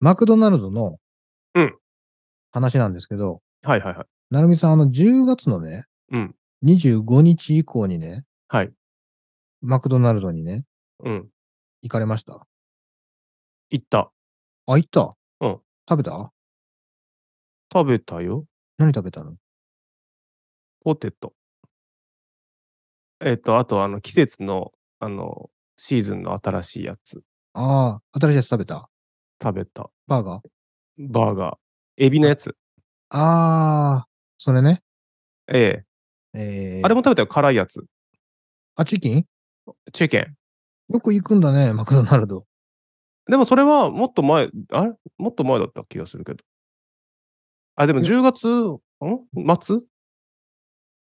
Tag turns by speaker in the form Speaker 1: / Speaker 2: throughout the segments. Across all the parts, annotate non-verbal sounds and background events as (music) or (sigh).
Speaker 1: マクドナルドの
Speaker 2: うん
Speaker 1: 話なんですけど、
Speaker 2: はいはいはい。
Speaker 1: なるみさん、あの、10月のね、
Speaker 2: うん
Speaker 1: 25日以降にね、
Speaker 2: はい。
Speaker 1: マクドナルドにね、
Speaker 2: うん。
Speaker 1: 行かれました。
Speaker 2: 行った。
Speaker 1: あ、行った。
Speaker 2: うん
Speaker 1: 食べた
Speaker 2: 食べたよ。
Speaker 1: 何食べたの
Speaker 2: ポテト。えっ、と、あと、あの、季節の、あの、シーズンの新しいやつ
Speaker 1: ああ、新しいやつ食べた。
Speaker 2: 食べた。
Speaker 1: バーガー。
Speaker 2: バーガー。エビのやつ。
Speaker 1: ああ、それね。
Speaker 2: え
Speaker 1: え
Speaker 2: え
Speaker 1: ー、
Speaker 2: あれも食べたよ。辛いやつ。
Speaker 1: あ、チキン
Speaker 2: チェケン。
Speaker 1: よく行くんだね、マクドナルド。
Speaker 2: でもそれはもっと前、あれもっと前だった気がするけど。あ、でも
Speaker 1: いや
Speaker 2: 10月、ん末
Speaker 1: だか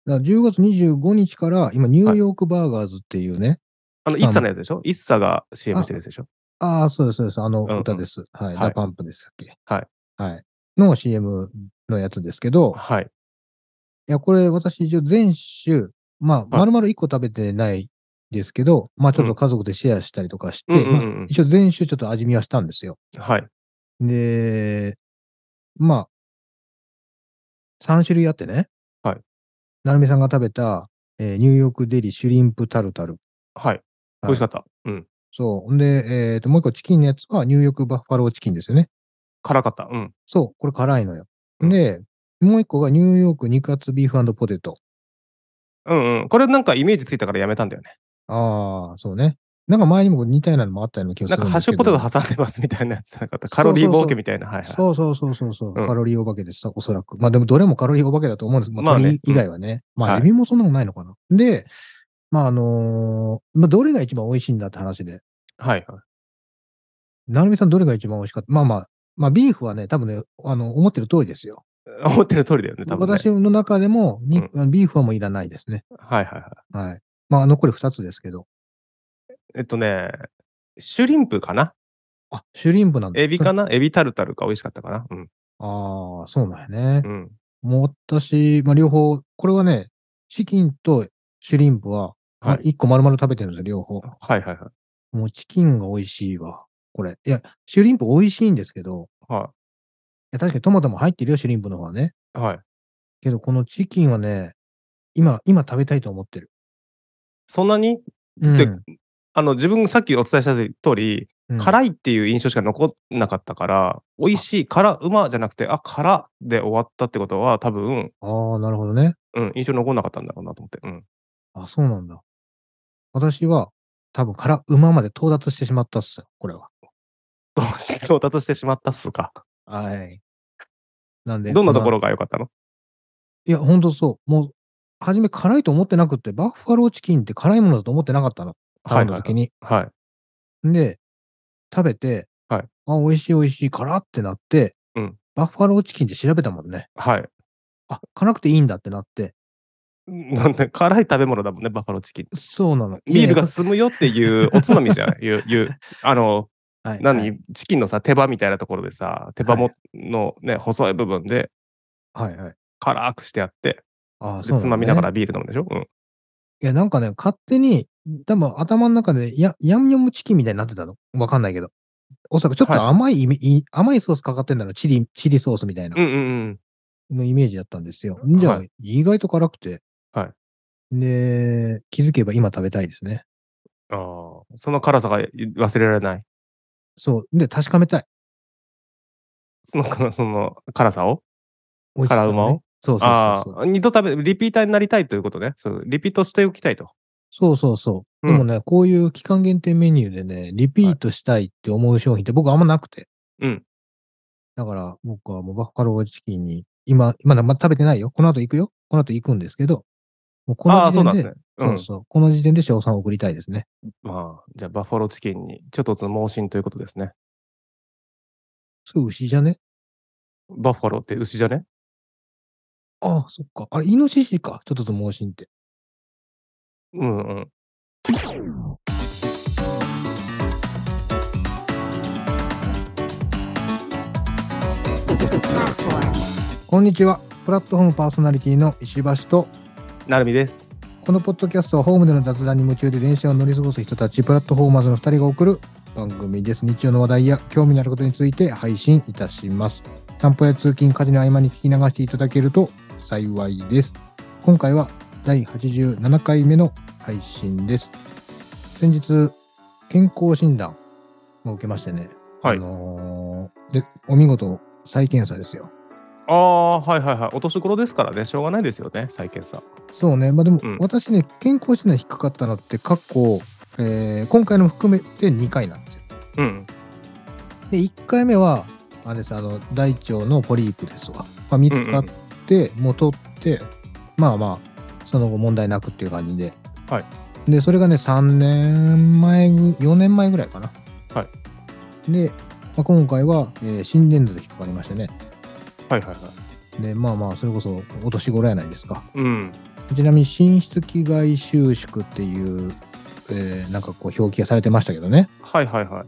Speaker 1: ら10月25日から、今、ニューヨークバーガーズっていうね、
Speaker 2: あの、
Speaker 1: 期間
Speaker 2: イッサのやつでしょイッサが CM してるやつでしょ
Speaker 1: ああ、そうです、そうです。あの
Speaker 2: うんうん
Speaker 1: 歌です。はい。
Speaker 2: はい
Speaker 1: ダパンプでしたっけ。
Speaker 2: はい。
Speaker 1: はい。の CM のやつですけど、
Speaker 2: はい。
Speaker 1: いや、これ私一応全種、まあ、丸々1個食べてないですけど、まあちょっと家族でシェアしたりとかして、
Speaker 2: うんうんうん
Speaker 1: まあ
Speaker 2: うん
Speaker 1: 一応全種ちょっと味見はしたんですよ。
Speaker 2: はい。
Speaker 1: で、まあ、3種類あってね。
Speaker 2: はい。
Speaker 1: なるみさんが食べた、えーニューヨークデリシュリンプタルタル。
Speaker 2: はい。美味しかった。うん。
Speaker 1: そう。ほんで、えっと、もう一個チキンのやつはニューヨークバッファローチキンですよね。
Speaker 2: 辛かった。うん。
Speaker 1: そう、これ辛いのよ。
Speaker 2: うん
Speaker 1: で、もう一個がニューヨーク肉厚ビーフポテト。
Speaker 2: うんうん。これなんかイメージついたからやめたんだよね。
Speaker 1: ああ、そうね。なんか前にも似たようなのもあったような気が
Speaker 2: な
Speaker 1: す
Speaker 2: ん
Speaker 1: る
Speaker 2: か
Speaker 1: ん
Speaker 2: ハッ
Speaker 1: です
Speaker 2: シ
Speaker 1: け
Speaker 2: ュ
Speaker 1: ど。
Speaker 2: ポテト挟んでますみたいなやつじゃなかった。カロリー
Speaker 1: そうそうそう
Speaker 2: 冒険みたいな。はいはい。
Speaker 1: そうそうそうそうそう、
Speaker 2: うん
Speaker 1: カロリーお化けです、おそらく。まあでもどれもカロリーお化けだと思うんですけど、まあ、
Speaker 2: まあね
Speaker 1: 鳥以外はね。まあ、
Speaker 2: はい
Speaker 1: エビもそんなもんないのかな。で、まああのーまあどれが一番美味しいんだって話で、
Speaker 2: はいはい。
Speaker 1: なるみさんどれが一番美味しかったまあまあ、まあビーフはね、多分ね、あの、思ってる通りですよ。
Speaker 2: 思ってる通りだよね、多分、ね。
Speaker 1: 私の中でもに、ビーフはもういらないですね。
Speaker 2: はいはいはい。
Speaker 1: はい。まあ残り2つですけど。
Speaker 2: えっとね、シュリンプかな
Speaker 1: あ、シュリンプなんだ。
Speaker 2: エビかなエビタルタルが美味しかったかなうん。
Speaker 1: (laughs) ああ、そうなんやね
Speaker 2: う。ん。
Speaker 1: もう私、まあ、両方、これはね、チキンとシュリンプは、まあ、
Speaker 2: は
Speaker 1: 1個丸々食べてるんですよ、両方。
Speaker 2: はいはいはい。
Speaker 1: もうチキンが美味しいわ、これ。いや、シュリンプ美味しいんですけど、
Speaker 2: はい
Speaker 1: や確かにトマトも入ってるよ、シュリンプの方はね。
Speaker 2: い。はい。
Speaker 1: けど、このチキンはね、今、今食べたいと思ってる。
Speaker 2: そんなに
Speaker 1: うん
Speaker 2: であの自分さっきお伝えした通り、
Speaker 1: うん
Speaker 2: 辛いっていう印象しか残んなかったから美味しい辛うまじゃなくてあ辛で終わったってことは多分、
Speaker 1: ああ、なるほどね。
Speaker 2: うん、印象残んなかったんだろうなと思って、うん、
Speaker 1: あ、そうなんだ。私は、多分、辛うままで到達してしまったっすよ、これは。
Speaker 2: どう
Speaker 1: (laughs)
Speaker 2: して到達してしまったっすか
Speaker 1: はい。なんで、
Speaker 2: どんなとこ
Speaker 1: ろ
Speaker 2: ろが良かったの
Speaker 1: いや、ほんとそう。もう、初め辛いと思ってなくって、バッファローチキンって辛いものだと思ってなかったの。
Speaker 2: は
Speaker 1: 頼
Speaker 2: い
Speaker 1: んだ
Speaker 2: はい
Speaker 1: 時に。
Speaker 2: はい
Speaker 1: で、食べて、
Speaker 2: はい
Speaker 1: あ、美味しい美味しい、辛ってなって、
Speaker 2: うん
Speaker 1: バッファローチキンって調べたもんね。
Speaker 2: はい
Speaker 1: あ、辛くていいんだってなって。
Speaker 2: なんで辛い食べ物だもんねバファローチキン
Speaker 1: そうなの。
Speaker 2: ビールが
Speaker 1: い
Speaker 2: 進むよっていうおつまみじゃないいう
Speaker 1: (laughs)
Speaker 2: いうあの
Speaker 1: や、はい、
Speaker 2: 何、
Speaker 1: はい
Speaker 2: チキンのさ手羽みたいなところでさ手羽
Speaker 1: は
Speaker 2: ものね、細い部分で
Speaker 1: はいはい。
Speaker 2: 辛くしてあって
Speaker 1: あ
Speaker 2: で
Speaker 1: そうな
Speaker 2: つまみながら
Speaker 1: い
Speaker 2: ビール飲むでしょ、うん
Speaker 1: や、なんかね、勝手に、多分頭の中でや、ヤンニョムチキンみたいになってたの。わかんないけど。おそらくちょっと
Speaker 2: は
Speaker 1: 甘いイメ、い、甘いソースかかってんだろう。チリ、チリソースみたいな
Speaker 2: うんうんうん
Speaker 1: のイメージだったんですよ。じゃあ、
Speaker 2: は
Speaker 1: 意外と辛くて。。
Speaker 2: はい
Speaker 1: で、気づけば今食べたいですね。
Speaker 2: ああ、その辛さがい忘れられない。
Speaker 1: そう。で、確かめたい。
Speaker 2: その (laughs) 辛その辛さを
Speaker 1: 美味しさ
Speaker 2: 辛うまを
Speaker 1: ねそうそう
Speaker 2: あ
Speaker 1: そうそう。
Speaker 2: あ、二度食べ、リピーターになりたいということね。そうリピートしておきたいと。
Speaker 1: そうそうそう。でもね、こういう期間限定メニューでね、リピートしたいって思う商品って僕あんまなくて。
Speaker 2: うん。
Speaker 1: だから、僕はもうバッファローチキンに、今、今だまだ食べてないよ。この後行くよ。この後行くんですけど、もうこの
Speaker 2: ああ、
Speaker 1: 時
Speaker 2: そ
Speaker 1: 点
Speaker 2: うなん
Speaker 1: で、
Speaker 2: ですね。うん。
Speaker 1: そうそう。この時点で賞賛を送りたいですね。
Speaker 2: まあ、じゃあ、バッファローチキンに、ちょっとずつ盲信ということですね。
Speaker 1: すぐ牛じゃね
Speaker 2: バッファローって牛じゃね
Speaker 1: ああ、そっか。あれ、イノシシか。ちょっとと盲信って。
Speaker 2: うんうん。
Speaker 1: こんにちは。プラットフォームパーソナリティの石橋と、
Speaker 2: なるみです。
Speaker 1: このポッドキャストはホームでの雑談に夢中で電車を乗り過ごす人たち、プラットフォーマーズの2人が送る、番組です。日曜の話題や興味のあることについて配信いたします。散歩や通勤、家事の合間に聞き流していただけると幸いです。今回は第87回目の配信です。先日、健康診断を受けましてね。
Speaker 2: はい
Speaker 1: あのーで、お見事、再検査ですよ。
Speaker 2: ああ、はいはいはい。お年頃ですからね、しょうがないですよね、再検査。
Speaker 1: そうね、まあでも、
Speaker 2: うん
Speaker 1: 私ね、健康診断引っかかったのって、過去、えー今回の含めて2回なんですよ。
Speaker 2: うん。
Speaker 1: で、1回目は、あれです、あの、大腸のポリープですわ。まあ、見つかって、もう取って、まあまあ、その後問題なくっていう感じで。
Speaker 2: はい
Speaker 1: で、それがね、3年前ぐ、4年前ぐらいかな。
Speaker 2: は
Speaker 1: で、まあ、今回は、えー心電図で引っかかりましたね。
Speaker 2: はいはいはい。
Speaker 1: で、まあまあ、それこそお年頃やないですか。
Speaker 2: うん。
Speaker 1: ちなみに心室気外収縮っていう、えーなんかこう表記がされてましたけどね。
Speaker 2: はいはいはい。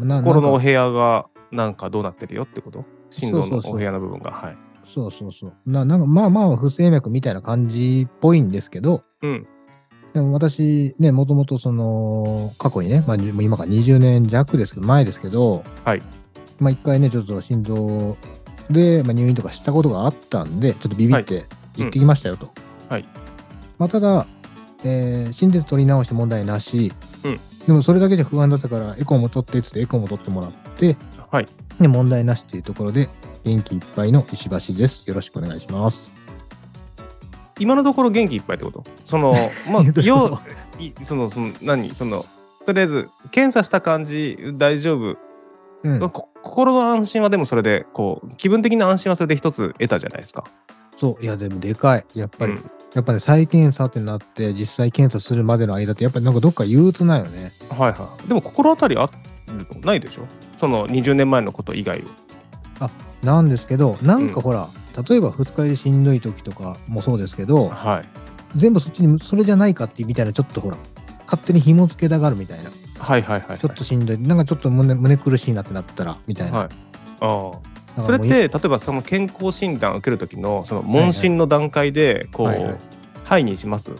Speaker 1: うんな
Speaker 2: 心の
Speaker 1: なん
Speaker 2: お
Speaker 1: か
Speaker 2: 部屋がなんかどうなってるよってこと心臓の
Speaker 1: そうそうそう
Speaker 2: お部屋の部分が。はい。
Speaker 1: そうそうそう。ななんかまあまあ不整脈みたいな感じっぽいんですけど、
Speaker 2: うん。
Speaker 1: でも私ね、もともとその過去にね、まあ、じゅもう今から20年弱ですけど、前ですけど、
Speaker 2: はい。
Speaker 1: まあ一回ね、ちょっと心臓で、まあ、入院とかしたことがあったんで、ちょっとビビって行ってきましたよと。
Speaker 2: はい
Speaker 1: まあただ、えー心電図取り直して問題なし、
Speaker 2: うん
Speaker 1: でもそれだけじゃ不安だったから、エコーも取ってっつってエコーも取ってもらって、
Speaker 2: はい。
Speaker 1: で問題なしっていうところで、元気いっぱいの石橋です。よろしくお願いします。
Speaker 2: 今のところ元気いっぱいってことそ (laughs) の、
Speaker 1: (laughs) どう
Speaker 2: まあ、
Speaker 1: いうこと
Speaker 2: よういその、その、何その、とりあえず、検査した感じ、大丈夫。
Speaker 1: うん
Speaker 2: こ心の安心はでもそれで、こう、気分的な安心はそれで一つ得たじゃないですか。
Speaker 1: そう、いや、でもでかい。やっぱり、
Speaker 2: うん
Speaker 1: やっぱり再検査ってなって、実際検査するまでの間って、やっぱりなんかどっか憂鬱なんよね。
Speaker 2: はいはい。でも、心当たりあるのないでしょその、20年前のこと以外を。
Speaker 1: なんですけど、なん
Speaker 2: う
Speaker 1: か
Speaker 2: ん
Speaker 1: ほら、例えば二日酔いでしんどい時とかもそうですけど、
Speaker 2: はい。
Speaker 1: 全部そっちに、それじゃないかっていうみたいな、ちょっとほら、勝手に紐付けたがるみたいな、ち
Speaker 2: はいはいはいはい。
Speaker 1: ょっとしんどい、なんかちょっと胸胸苦しいなってなったら、みたいな。
Speaker 2: はい。ああ。
Speaker 1: なんか
Speaker 2: それっ
Speaker 1: もう
Speaker 2: て
Speaker 1: い
Speaker 2: 例えばその健康診断を受ける時のその問診の段階でこう「は
Speaker 1: はいいはい
Speaker 2: にします
Speaker 1: ど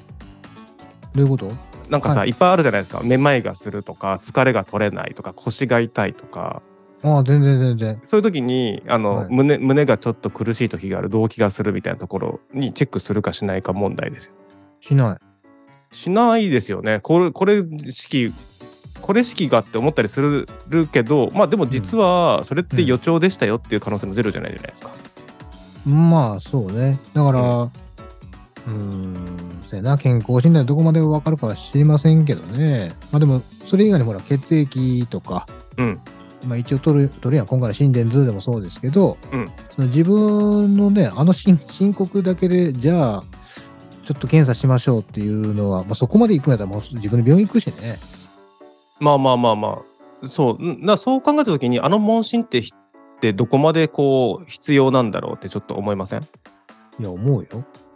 Speaker 1: ういうこと
Speaker 2: なんかさ、、
Speaker 1: はい
Speaker 2: っぱいあるじゃないですかめまいがするとか疲れが取れないとか腰が痛いとか
Speaker 1: ああ、全然全然。
Speaker 2: そういう時にあの、
Speaker 1: はい
Speaker 2: 胸胸がちょっと苦しい時がある動悸がするみたいなところにチェックするかしないか問題ですよ
Speaker 1: しない。
Speaker 2: しないですよねこれこれ式これ式がって思ったりするるけどまあでも実はそれって予兆でしたよっていう可能性もゼロじゃないじゃないですか、
Speaker 1: まあ、そうね。だから、うーん、せやな、健康診断でどこまでわかるかは知りませんけどね。まあでも、それ以外にほら、血液とか、
Speaker 2: うん
Speaker 1: まあ、一応取る、取るやん、今回の心電図でもそうですけど、
Speaker 2: うん
Speaker 1: その自分のね、あの申申告だけで、じゃあ、ちょっと検査しましょうっていうのは、まあ、そこまで行くんやったら、もう自分の病院行くしね。
Speaker 2: まあまあまあまあそううんなそう考えた時にあの問診ってひってどこまでこう必要なんだろうってちょっと思いません
Speaker 1: いや、思うよ。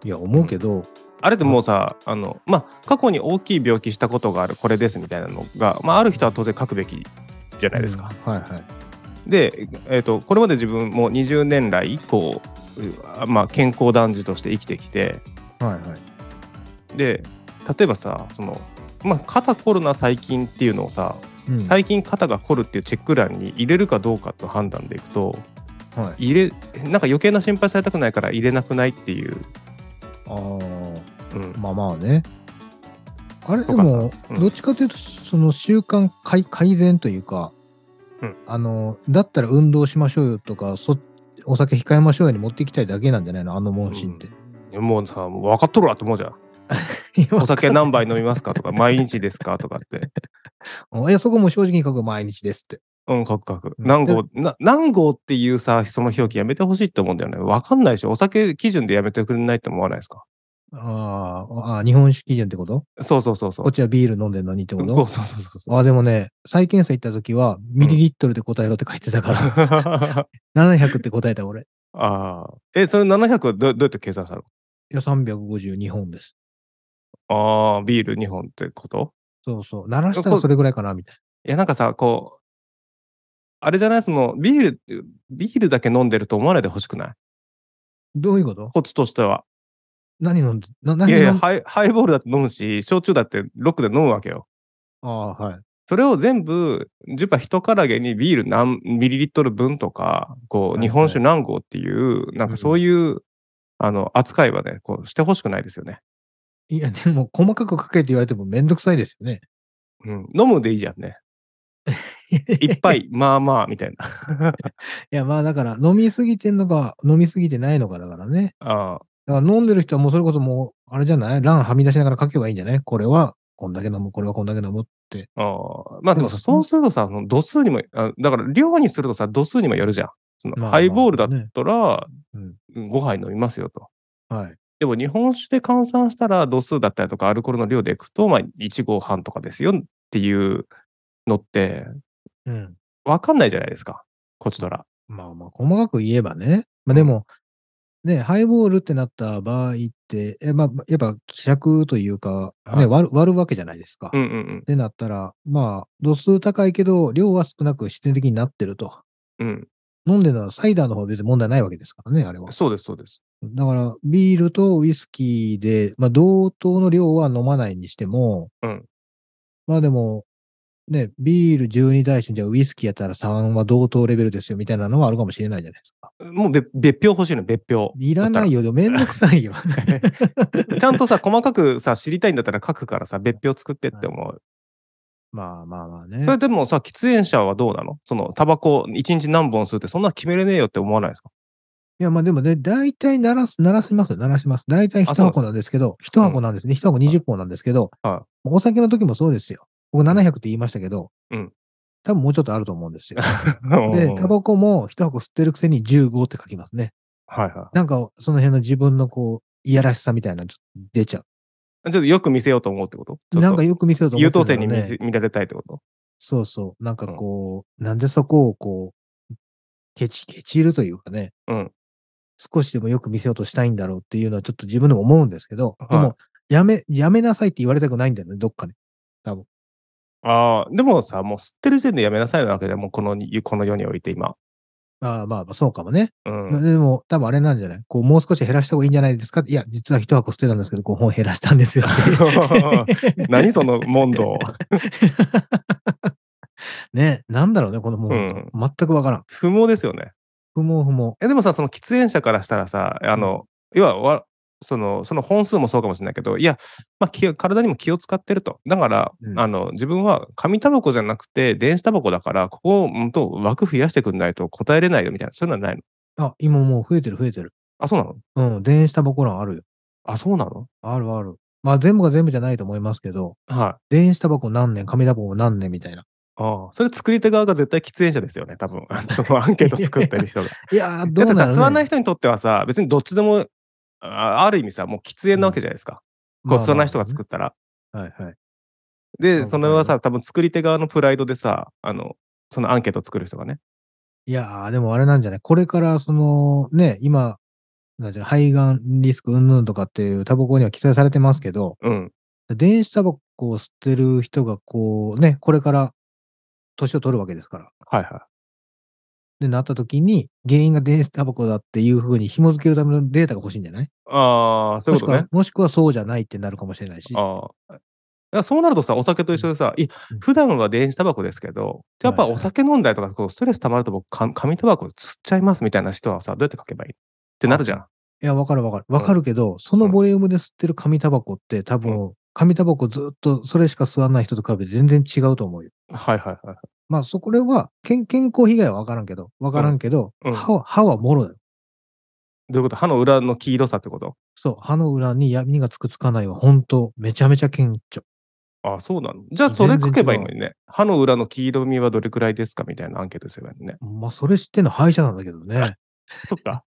Speaker 1: いや、思うけど、
Speaker 2: あれでもうさあの、まあ、過去に大きい病気したことがあるこれですみたいなのが、まあ、ある人は当然書くべきじゃないですか。
Speaker 1: うん。はいはい。
Speaker 2: で、えー、とこれまで自分も20年来以降、うまあ、健康男児として生きてきて
Speaker 1: はいはい。
Speaker 2: で例えばさその、まあ、肩コロナ細菌っていうのをさ
Speaker 1: うん、
Speaker 2: 最近肩が凝るっていうチェック欄に入れるかどうかと判断でいくと
Speaker 1: はい。
Speaker 2: 入れなんか余計な心配されたくないから入れなくないっていう、
Speaker 1: ああ、
Speaker 2: うん、
Speaker 1: まあまあね。あれで
Speaker 2: とかさ
Speaker 1: も、
Speaker 2: うん
Speaker 1: どっちかというと、その習慣改改善というか、
Speaker 2: うん
Speaker 1: あの、だったら運動しましょうよとか、そお酒控えましょうよに持っていきたいだけなんじゃないのあの問診って。
Speaker 2: うんもうさもう分かっとるわと思うじゃん
Speaker 1: (laughs)
Speaker 2: お酒何杯飲みますかとか毎日ですかとかって
Speaker 1: うん (laughs) いや、そこも正直に書く毎日ですって。
Speaker 2: うんカクカク
Speaker 1: うん
Speaker 2: 何号な何号っていうさその表記やめてほしいって思うんだよね分かんないしお酒基準でやめてくれないって思わないですか
Speaker 1: あーあー、日本酒基準ってこと
Speaker 2: そうそうそうそう
Speaker 1: こっちはビール飲んでるのにって
Speaker 2: そ
Speaker 1: こ
Speaker 2: う
Speaker 1: と
Speaker 2: そうそうそうそう (laughs)
Speaker 1: あーでもね、再検査行った時は、ミリリットルで答えろって書いてたから、
Speaker 2: (laughs) あ
Speaker 1: 700って答えた俺。い
Speaker 2: あえそれ700はどどうやって計算したの
Speaker 1: や、352本です。
Speaker 2: ああビール2本ってこと
Speaker 1: そうそう。鳴らしたらそれぐらいかな、みたい
Speaker 2: いや、なんかさ、こう、あれじゃないその、ビールって、ビールだけ飲んでると思わないでほしくない
Speaker 1: な。どういうこと
Speaker 2: コツとしては。
Speaker 1: 何飲んで、な何
Speaker 2: い
Speaker 1: 飲
Speaker 2: や
Speaker 1: んで
Speaker 2: いやハイ、ハイボールだって飲むし、焼酎だってロックで飲むわけよ。
Speaker 1: ああ、はい。
Speaker 2: それを全部、ジュパ一からげにビール何ミリリットル分とか、こ、
Speaker 1: はいうはい
Speaker 2: 日本酒何合っていう、なんかそういう、あの、扱いはね、こう、してほしくないですよね。
Speaker 1: いや、でも、細かく書けって言われてもめんどくさいですよね。 (laughs)
Speaker 2: うん。飲むでいいじゃんね。いっ
Speaker 1: (laughs)
Speaker 2: ぱい、まあまあ、みたいな。
Speaker 1: いや、まあだから、飲みすぎてんのか、飲みすぎてないのかだからね。
Speaker 2: ああ
Speaker 1: だから飲んでる人はもうそれこそもう、あれじゃない欄はみ出しながら書けばいいんじゃないこれはこんだけ飲む、これはこんだけ飲むって。
Speaker 2: ああまあでも
Speaker 1: でも
Speaker 2: さそうするとさ、その度数にも、あだから量にするとさ、度数にもよるじゃん。そ
Speaker 1: まあ
Speaker 2: のハイボールだったら、
Speaker 1: うん。
Speaker 2: 5杯飲みますよと。
Speaker 1: はい。
Speaker 2: でも日本酒で換算したら度数だったりとかアルコールの量でいくと、まあ、1合半とかですよっていうのって
Speaker 1: うん。
Speaker 2: 分かんないじゃないですか、こちとら。
Speaker 1: まあまあ、細かく言えばね。まあでも、ね、ハイボールってなった場合って、えまあ、やっぱ希釈というか、
Speaker 2: は
Speaker 1: ね、
Speaker 2: い
Speaker 1: 割る割るわけじゃないですか。
Speaker 2: うんうん
Speaker 1: ってなったら、まあ、度数高いけど、量は少なく必然的になってると。
Speaker 2: うん。
Speaker 1: 飲んでるのはサイダーの方は別に問題ないわけですからね、あれは
Speaker 2: うん。。そうです、そうです。
Speaker 1: だから、ビールとウイスキーで、まあ、同等の量は飲まないにしても、
Speaker 2: うん
Speaker 1: まあでも、ね、ビール12対して、じゃあウイスキーやったら3は同等レベルですよ、みたいなのはあるかもしれないじゃないですか。
Speaker 2: もう別別表欲しいの、別表。
Speaker 1: いらないよ、でもめんどくさいよ。
Speaker 2: だったら。ちゃんとさ、細かくさ、知りたいんだったら書くからさ、別表作ってって思う。
Speaker 1: (laughs) まあまあまあね
Speaker 2: そ。れでもさ、喫煙者はどうなのその、タバコ1日何本吸うってそんな決めれねえよって思わないです
Speaker 1: (laughs)
Speaker 2: か
Speaker 1: いや、まあでもね、大体鳴らす、鳴らしますよ、鳴らします。大体
Speaker 2: あ
Speaker 1: 一
Speaker 2: そうなんです
Speaker 1: 箱なんですけど、一箱なんですね、一箱20本なんですけど、
Speaker 2: は
Speaker 1: お酒の時もそうですよ。僕700って言いましたけど、
Speaker 2: うん
Speaker 1: 多分もうちょっとあると思うんですよ。
Speaker 2: (laughs) う
Speaker 1: で、
Speaker 2: ん
Speaker 1: タバコも一箱吸ってるくせに15って書きますね。
Speaker 2: はいは
Speaker 1: なんか、その辺の自分のこう、いやらしさみたいなのちょっと出ちゃ
Speaker 2: い。ちょっとよく見せようと思うってことち
Speaker 1: う。
Speaker 2: ょっと
Speaker 1: なんかよく見せようと思っ
Speaker 2: 優
Speaker 1: てる
Speaker 2: 等
Speaker 1: のが
Speaker 2: 生に見せ見られたいってこと
Speaker 1: そうそう。なんかこう、なんでそこをこう、ケチ、ケチるというかね。
Speaker 2: うん
Speaker 1: 少しでもよく見せようとしたいんだろうっていうのはちょっと自分でも思うんですけど、
Speaker 2: はい
Speaker 1: でも、やめ、やめなさいって言われたくないんだよね、どっかに。
Speaker 2: ああ、でもさ、もう吸ってる時点でやめなさいなわけでもうこのにこの世において今。
Speaker 1: まあまあまあ、そうかもね。
Speaker 2: うん。
Speaker 1: まあでも、多分あれなんじゃないこう、もう少し減らした方がいいんじゃないですかいや、実は一箱捨てたんですけど、5本減らしたんですよ。
Speaker 2: (laughs) (laughs) 何その問答。
Speaker 1: ね、なんだろうね、このもう、全くわからん。
Speaker 2: 不毛ですよね。
Speaker 1: 不毛不毛。
Speaker 2: えでもさ、その喫煙者からしたらさ、あの、要はわその、その本数もそうかもしれないけど、いや、まあ、気を体にも気を使ってると。だから、
Speaker 1: うん
Speaker 2: あの、自分は紙タバコじゃなくて、電子タバコだから、ここをうんと枠増やしてくんないと答えれないよみたいな、そういうのはないの
Speaker 1: あ、今もう増えてる増えてる。
Speaker 2: あ、そうなの
Speaker 1: うん、電子タバコ欄あるよ。
Speaker 2: あ、そうなの
Speaker 1: あるある。まあ全部が全部じゃないと思いますけど、
Speaker 2: はい。
Speaker 1: 電子タバコ何年、紙タバコ何年みたいな。
Speaker 2: ああそれ作り手側が絶対喫煙者ですよね、多分。 (laughs) あのそのアンケート作ってる人が。
Speaker 1: いや (laughs) ー、ど
Speaker 2: だっ
Speaker 1: う
Speaker 2: て
Speaker 1: なの、
Speaker 2: さ、
Speaker 1: ね、
Speaker 2: 吸わない人にとってはさ、別にどっちでも、あある意味さ、もう喫煙なわけじゃないですか。こう吸わない人が作ったら。
Speaker 1: まあまあねはいはい。
Speaker 2: で、それはさ、多分作り手側のプライドでさ、あの、そのアンケート作る人がね。
Speaker 1: いやー、でもあれなんじゃないこれから、その、ね、今、なんていうの肺がんリスクうんぬんとかっていうタバコには記載されてますけど、
Speaker 2: うん。
Speaker 1: 電子タバコを吸ってる人がこうね、これから年を取るわけですから。
Speaker 2: はいは
Speaker 1: で、なった時に、原因が電子タバコだっていうふうに紐付けるためのデータが欲しいんじゃない
Speaker 2: い。ああ、そういうこと
Speaker 1: もし
Speaker 2: ね
Speaker 1: く。は、もしくはそうじゃないってなるかもしれないし。
Speaker 2: ああ。だからそうなるとさ、お酒と一緒でさ、い
Speaker 1: うん
Speaker 2: 普段は電子タバコですけど、やっぱ
Speaker 1: はいはい
Speaker 2: お酒飲んだりとか、こうストレス溜まると僕、か紙タバコ吸っちゃいますみたいな人はさ、どうやって書けばいいってなるじゃん。
Speaker 1: いや、わかるわかる。わかるけど、そのボリュームで吸ってる紙タバコって多分、紙タバコずっとそれしか吸わない人と比べて全然違うと思うよ。
Speaker 2: はいはいはい。
Speaker 1: まあ、そこれは、健健康被害はわからんけど、わからんけど、
Speaker 2: うんうん
Speaker 1: 歯は、歯はもろだよ。
Speaker 2: どういうこと歯の裏の黄色さってこと
Speaker 1: そう、歯の裏に闇がつくつかないは本当めちゃめちゃ顕著。
Speaker 2: ああ、そうなの。じゃあ、それ書けばいい
Speaker 1: 全
Speaker 2: の
Speaker 1: 然
Speaker 2: にね。歯の裏の黄色みはどれくらいですかみたいなアンケートすればいいのね。
Speaker 1: まあ、それ知ってんの歯医者なんだけどね。
Speaker 2: そっ (laughs) か。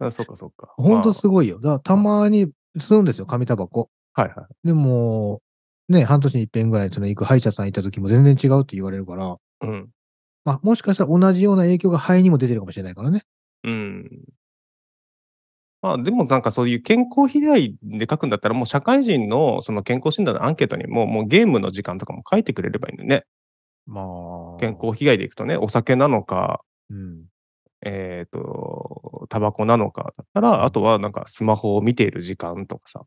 Speaker 2: あそっかそっか。
Speaker 1: 本当
Speaker 2: まあ
Speaker 1: すごいよ。だから、たまに吸うんですよ、紙タバコ。
Speaker 2: はいはい。
Speaker 1: でも、ね、半年に一遍ぐらい、その行く歯医者さん行った時も全然違うって言われるから、
Speaker 2: うん。
Speaker 1: まあ、もしかしたら同じような影響が肺にも出てるかもしれないからね。
Speaker 2: うん。まあでもなんかそういう健康被害で書くんだったらもう社会人のその健康診断のアンケートにももうゲームの時間とかも書いてくれればいいのにね。
Speaker 1: まあ。
Speaker 2: 健。康被害でいくとね、お酒なのか、
Speaker 1: うん。
Speaker 2: えっ、と、タバコなのかだったら、あとはなんかスマホを見ている時間とかさ。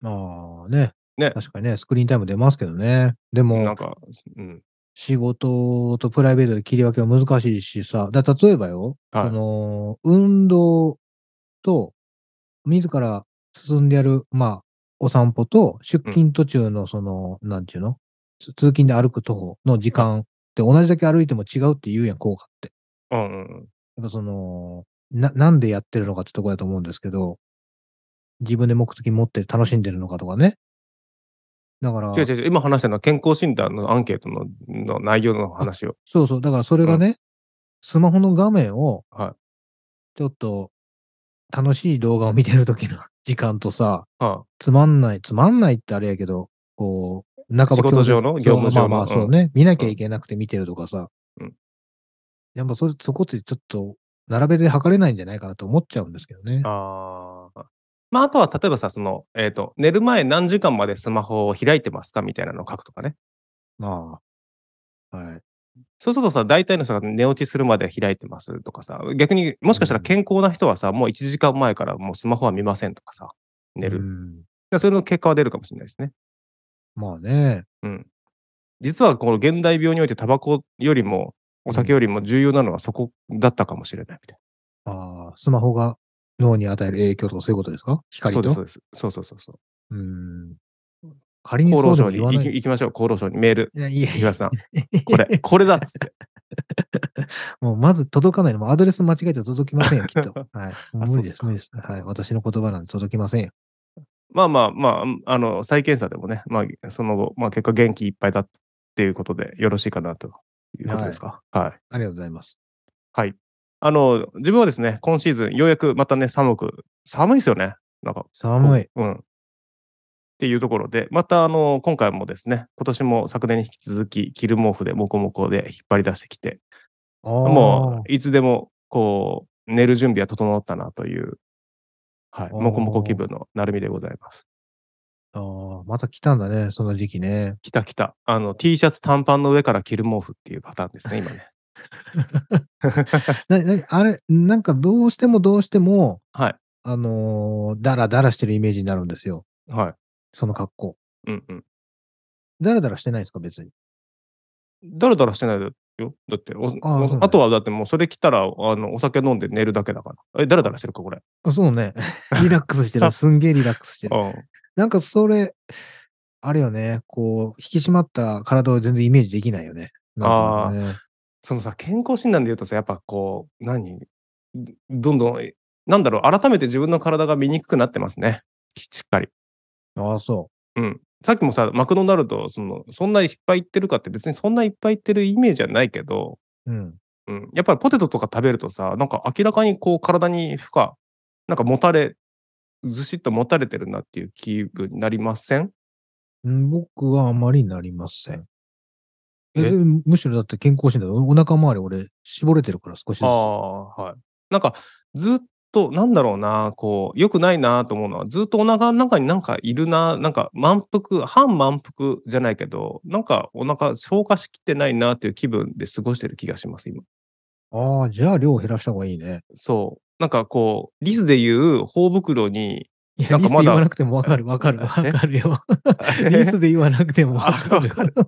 Speaker 1: まあね。
Speaker 2: ね
Speaker 1: 確かにね、スクリーンタイム出ますけどね。で
Speaker 2: なん
Speaker 1: も、
Speaker 2: か、うん。
Speaker 1: 仕事とプライベートで切り分けは難しいしさ、だ例えばよ、
Speaker 2: はい
Speaker 1: その、運動と、自ら進んでやる、まあ、お散歩と、出勤途中の、その、なんていうのつ通勤で歩く徒歩の時間って同じだけ歩いても違うって言うやん、効果って。
Speaker 2: うんうん
Speaker 1: やっぱその、な、なんでやってるのかってとこだと思うんですけど、自分で目的持って楽しんでるのかとかね。だから、
Speaker 2: うん、違う違う違う、今話したのは健康診断のアンケートのの内容の話を。
Speaker 1: そうそう、だからそれがね、スマホの画面を
Speaker 2: は、
Speaker 1: ちょっと楽しい動画を見てる時の時間とさ、
Speaker 2: は
Speaker 1: つまんない、つまんないってあれやけど、こう、半ば
Speaker 2: 仕事
Speaker 1: 強制
Speaker 2: 上の
Speaker 1: そう
Speaker 2: 業務上の
Speaker 1: まあまあ
Speaker 2: うん
Speaker 1: そうね、見なきゃいけなくて見てるとかさ、
Speaker 2: うん
Speaker 1: やっぱそれそこってちょっと、並べて測れないんじゃないかなと思っちゃうんですけどね
Speaker 2: い、。ああ。まあ、あとは例えばさ、その、えっ、と、寝る前何時間までスマホを開いてますかみたいなのを書くとかね。
Speaker 1: まあ。はい。
Speaker 2: そうするとさ、大体の人が寝落ちするまで開いてますとかさ、逆にもしかしたら健康な人はさ、もう1時間前からもうスマホは見ませんとかさ、寝
Speaker 1: う
Speaker 2: る。
Speaker 1: ん
Speaker 2: でそれの結果は出るかもしれないですね。
Speaker 1: まあね。
Speaker 2: うん。実はこの現代病においてタバコよりも、お酒よりも重要なのはそこだったかもしれないみたい
Speaker 1: ああ、スマホが脳に与える影響とかそういうことですか
Speaker 2: な。
Speaker 1: 光
Speaker 2: そ
Speaker 1: と
Speaker 2: うです、そうです。そうそうそうそう。
Speaker 1: うーん。仮に
Speaker 2: 厚
Speaker 1: そ
Speaker 2: 労
Speaker 1: うで
Speaker 2: 省
Speaker 1: も
Speaker 2: に
Speaker 1: 言わ
Speaker 2: 行
Speaker 1: ない。
Speaker 2: き
Speaker 1: い
Speaker 2: 行きましょう、厚労省にメー
Speaker 1: (laughs)
Speaker 2: ル。
Speaker 1: や、いや、い
Speaker 2: 石橋
Speaker 1: や
Speaker 2: さん、これ、これだっつって。
Speaker 1: (laughs) もうまず届かないのもうアドレス間違えて届きませんよ、
Speaker 2: (laughs)
Speaker 1: きっと。はい。もう無理で
Speaker 2: そうっす
Speaker 1: す、
Speaker 2: か
Speaker 1: 無理です。はい。私の言葉なんて届きませんよ。
Speaker 2: まあまあまあ、あの、再検査でもね、まあ、その後、まあ結果元気いっぱいだっていうことでよろしいかなということですか。は
Speaker 1: あ
Speaker 2: い。
Speaker 1: りがとうございます。
Speaker 2: はい。あの、自分はですね、今シーズン、ようやくまたね、寒く、寒いですよね。なんか、
Speaker 1: 寒い。
Speaker 2: うん。っていうところで、また、あの、今回もですね、今年も昨年に引き続き、着る毛布でモコモコで引っ張り出してきて、
Speaker 1: あ
Speaker 2: も
Speaker 1: も
Speaker 2: う、いつでも、こう、寝る準備は整ったなという、はい、
Speaker 1: あー
Speaker 2: モコモコ気分のなるみでございます。
Speaker 1: う。ああ、また来たんだね、その時期ね。
Speaker 2: きたきた。あの、T シャツ短パンの上から着る毛布っていうパターンですね、今ね。
Speaker 1: な、な、あれ、なんかどうしてもどうしても、
Speaker 2: はい。
Speaker 1: あのー、だらだらしてるイメージになるんですよ。
Speaker 2: はい。
Speaker 1: その格好。
Speaker 2: うんうん。
Speaker 1: だらだらしてないですか、別に。
Speaker 2: だらだらしてないよ。だってお
Speaker 1: あーそうなん
Speaker 2: お
Speaker 1: だ
Speaker 2: あとはだってもうそれ来たらあのお酒飲んで寝るだけだから。え、だらだらしてるか、これ。
Speaker 1: あそうね。 (laughs) リラックス
Speaker 2: (laughs)
Speaker 1: してる。すんげえリラックスしてる。
Speaker 2: う
Speaker 1: なんかそれ、あれよね、こう、引き締まった体を全然イメージできないよね。なんとなくね
Speaker 2: そのさ、健康診断で言うとさ、やっぱこう、何どんどん、なんだろう、改めて自分の体が見にくくなってますね。しっかり。
Speaker 1: ああ、そ
Speaker 2: うん。さっきもさ、マクドナルド、その、そんないっぱい行ってるかって別にそんないっぱい行ってるイメージじゃないけど、
Speaker 1: う。うん。
Speaker 2: うん。やっぱりポテトとか食べるとさ、なんか明らかにこう体に負荷、なんかもたれ、ずしっともたれてるなっていう気分になりません
Speaker 1: うん僕はあまりなりません。え、で
Speaker 2: え
Speaker 1: もむしろだって健康診断、おお腹周り俺、絞れてるから少しずつ。
Speaker 2: ああ、はい。なんか、ずっと、なんだろうな、こう、良くないなと思うのは、ずっとお腹の中になんかいるな、なんか満腹、半満腹じゃないけど、なんかお腹消化しきってないなっていう気分で過ごしてる気がします、今。
Speaker 1: ああ、じゃあ量減らした方がいいね。
Speaker 2: そう。なんかこう、リスで言う頬袋 (laughs) に、
Speaker 1: いや、
Speaker 2: なんかま
Speaker 1: リ
Speaker 2: だ
Speaker 1: ス言わなくてもわ
Speaker 2: (laughs)
Speaker 1: かる、わかる、わかるよ。リスで言わなくてもわかる
Speaker 2: あわか。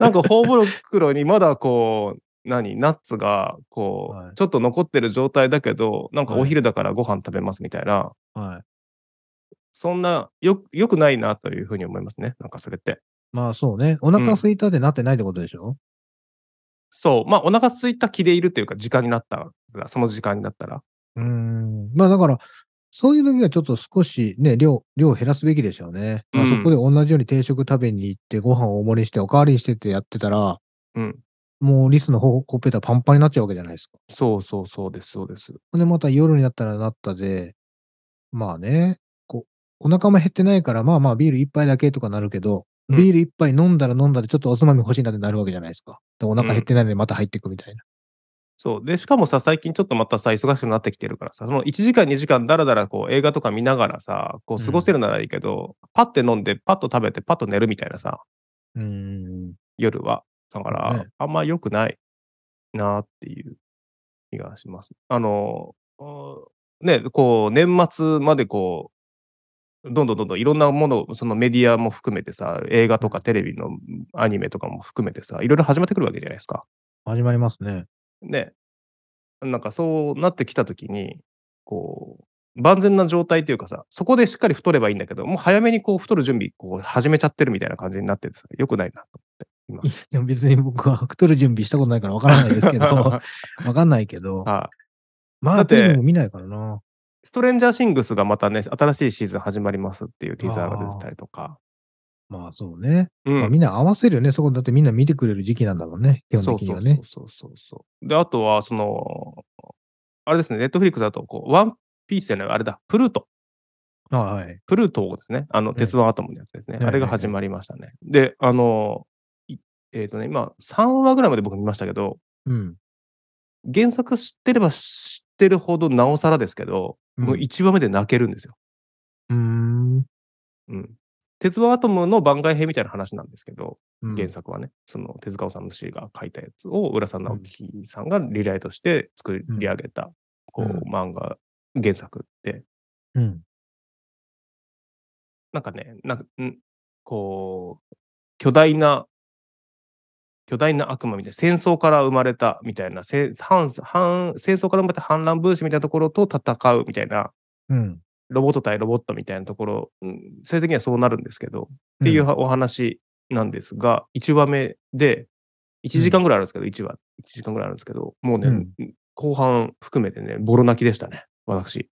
Speaker 2: なんか頬袋にま
Speaker 1: (laughs)
Speaker 2: だこう、何ナッツがこう、
Speaker 1: はい
Speaker 2: ちょっと残ってる状態だけどなんか
Speaker 1: はい
Speaker 2: お昼だからご飯食べますみたいな、
Speaker 1: (laughs) はい。
Speaker 2: そんなよくよくないなというふうに思いますねなんかそれって
Speaker 1: まあそうね。お
Speaker 2: うん
Speaker 1: 腹空いたってなってないってことでしょ、
Speaker 2: そうまあお腹空いた気でいるというか時間になったらその時間になったら
Speaker 1: うーんまあだから、そういう時はちょっと少しね、量、量を減らすべきでしょうね。
Speaker 2: うん
Speaker 1: あそこで同じように定食食べに行って、ご飯を大盛りにして、おかわりにしてってやってたら、
Speaker 2: うん
Speaker 1: もうリスのほほっぺたパンパンになっちゃうわけじゃないですか。
Speaker 2: そうそうそうですそうです
Speaker 1: ほんで、また夜になったらなったで、まあね、こう、お腹も減ってないから、まあまあビール一杯だけとかなるけど、
Speaker 2: うん
Speaker 1: ビール一杯飲んだら飲んだで、ちょっとおつまみ欲しいなってなるわけじゃないですか。でお腹減ってないのでまた入ってくみたいな。
Speaker 2: そうでしかもさ最近ちょっとまたさ忙しくなってきてるからさその1時間2時間だらだらこう映画とか見ながらさこう過ごせるならいいけど、パッて飲んでパッと食べてパッと寝るみたいなさ
Speaker 1: うーん。
Speaker 2: 夜は。だから、
Speaker 1: ね
Speaker 2: あんま良くないなっていう気がします。あの、あーね、こう、年末までこどんどんどんどんいろんなもの、そのメディアも含めてさ、映画とかテレビのアニメとかも含めてさ、いろいろ始まってくるわけじゃないですか。
Speaker 1: 始まりますね。
Speaker 2: ね。なんかそうなってきたときに、こう、万全な状態というかさ、そこでしっかり太ればいいんだけど、もう早めにこう太る準備、こう始めちゃってるみたいな感じになっててさ、よくないなと思って、今。
Speaker 1: いや、別に僕は太る準備したことないからわからないです
Speaker 2: (laughs)
Speaker 1: けど、わ
Speaker 2: は
Speaker 1: かんないけど、
Speaker 2: い
Speaker 1: ま
Speaker 2: だ
Speaker 1: あ、
Speaker 2: って
Speaker 1: テレビも見ないからな。
Speaker 2: ストレンジャーシングスがまたね、新しいシーズン始まりますっていうティザーが出てたりとか。
Speaker 1: まあ、そうね。
Speaker 2: う
Speaker 1: まあ、みんな合わせるよね。そこ、だってみんな見てくれる時期なんだもんね。基本的にはね。
Speaker 2: そうそうそうそうそう。で、あとは、その、あれですね、ネットフリックスだと、こう、ワンピースじゃない、あれだ、プルート。
Speaker 1: はいはい。
Speaker 2: プルートをですね、あの、
Speaker 1: え
Speaker 2: 鉄腕アトムのやつですね。
Speaker 1: ええ
Speaker 2: あれが始まりましたね。で、あの、いえっ、とね、今、3話ぐらいまで僕見ましたけど、
Speaker 1: うん。
Speaker 2: 原作知ってれば知ってるほど、なおさらですけど、もう1話目で泣けるんですよ。
Speaker 1: うーん。
Speaker 2: うん。鉄腕アトムの番外編みたいな話なんですけど、
Speaker 1: うん
Speaker 2: 原作はね、その手塚治虫氏が書いたやつを浦さん直樹さんがリライトして作り上げた、こ
Speaker 1: うん
Speaker 2: う漫画原作って
Speaker 1: うん。
Speaker 2: なんかねなんかんこう巨大な巨大な悪魔みたいな戦争から生まれたみたいなせ反反戦争から生まれた反乱分子みたいなところと戦うみたいな
Speaker 1: うん。
Speaker 2: ロボット対ロボットみたいなところ、うん最終的にはそうなるんですけど、っていうお話なんですが、1話目で、1時間ぐらいあるんですけど、1話、1時間ぐらいあるんですけど、もうね、
Speaker 1: うん
Speaker 2: 後半含めてね、ボロ泣きでしたね、私。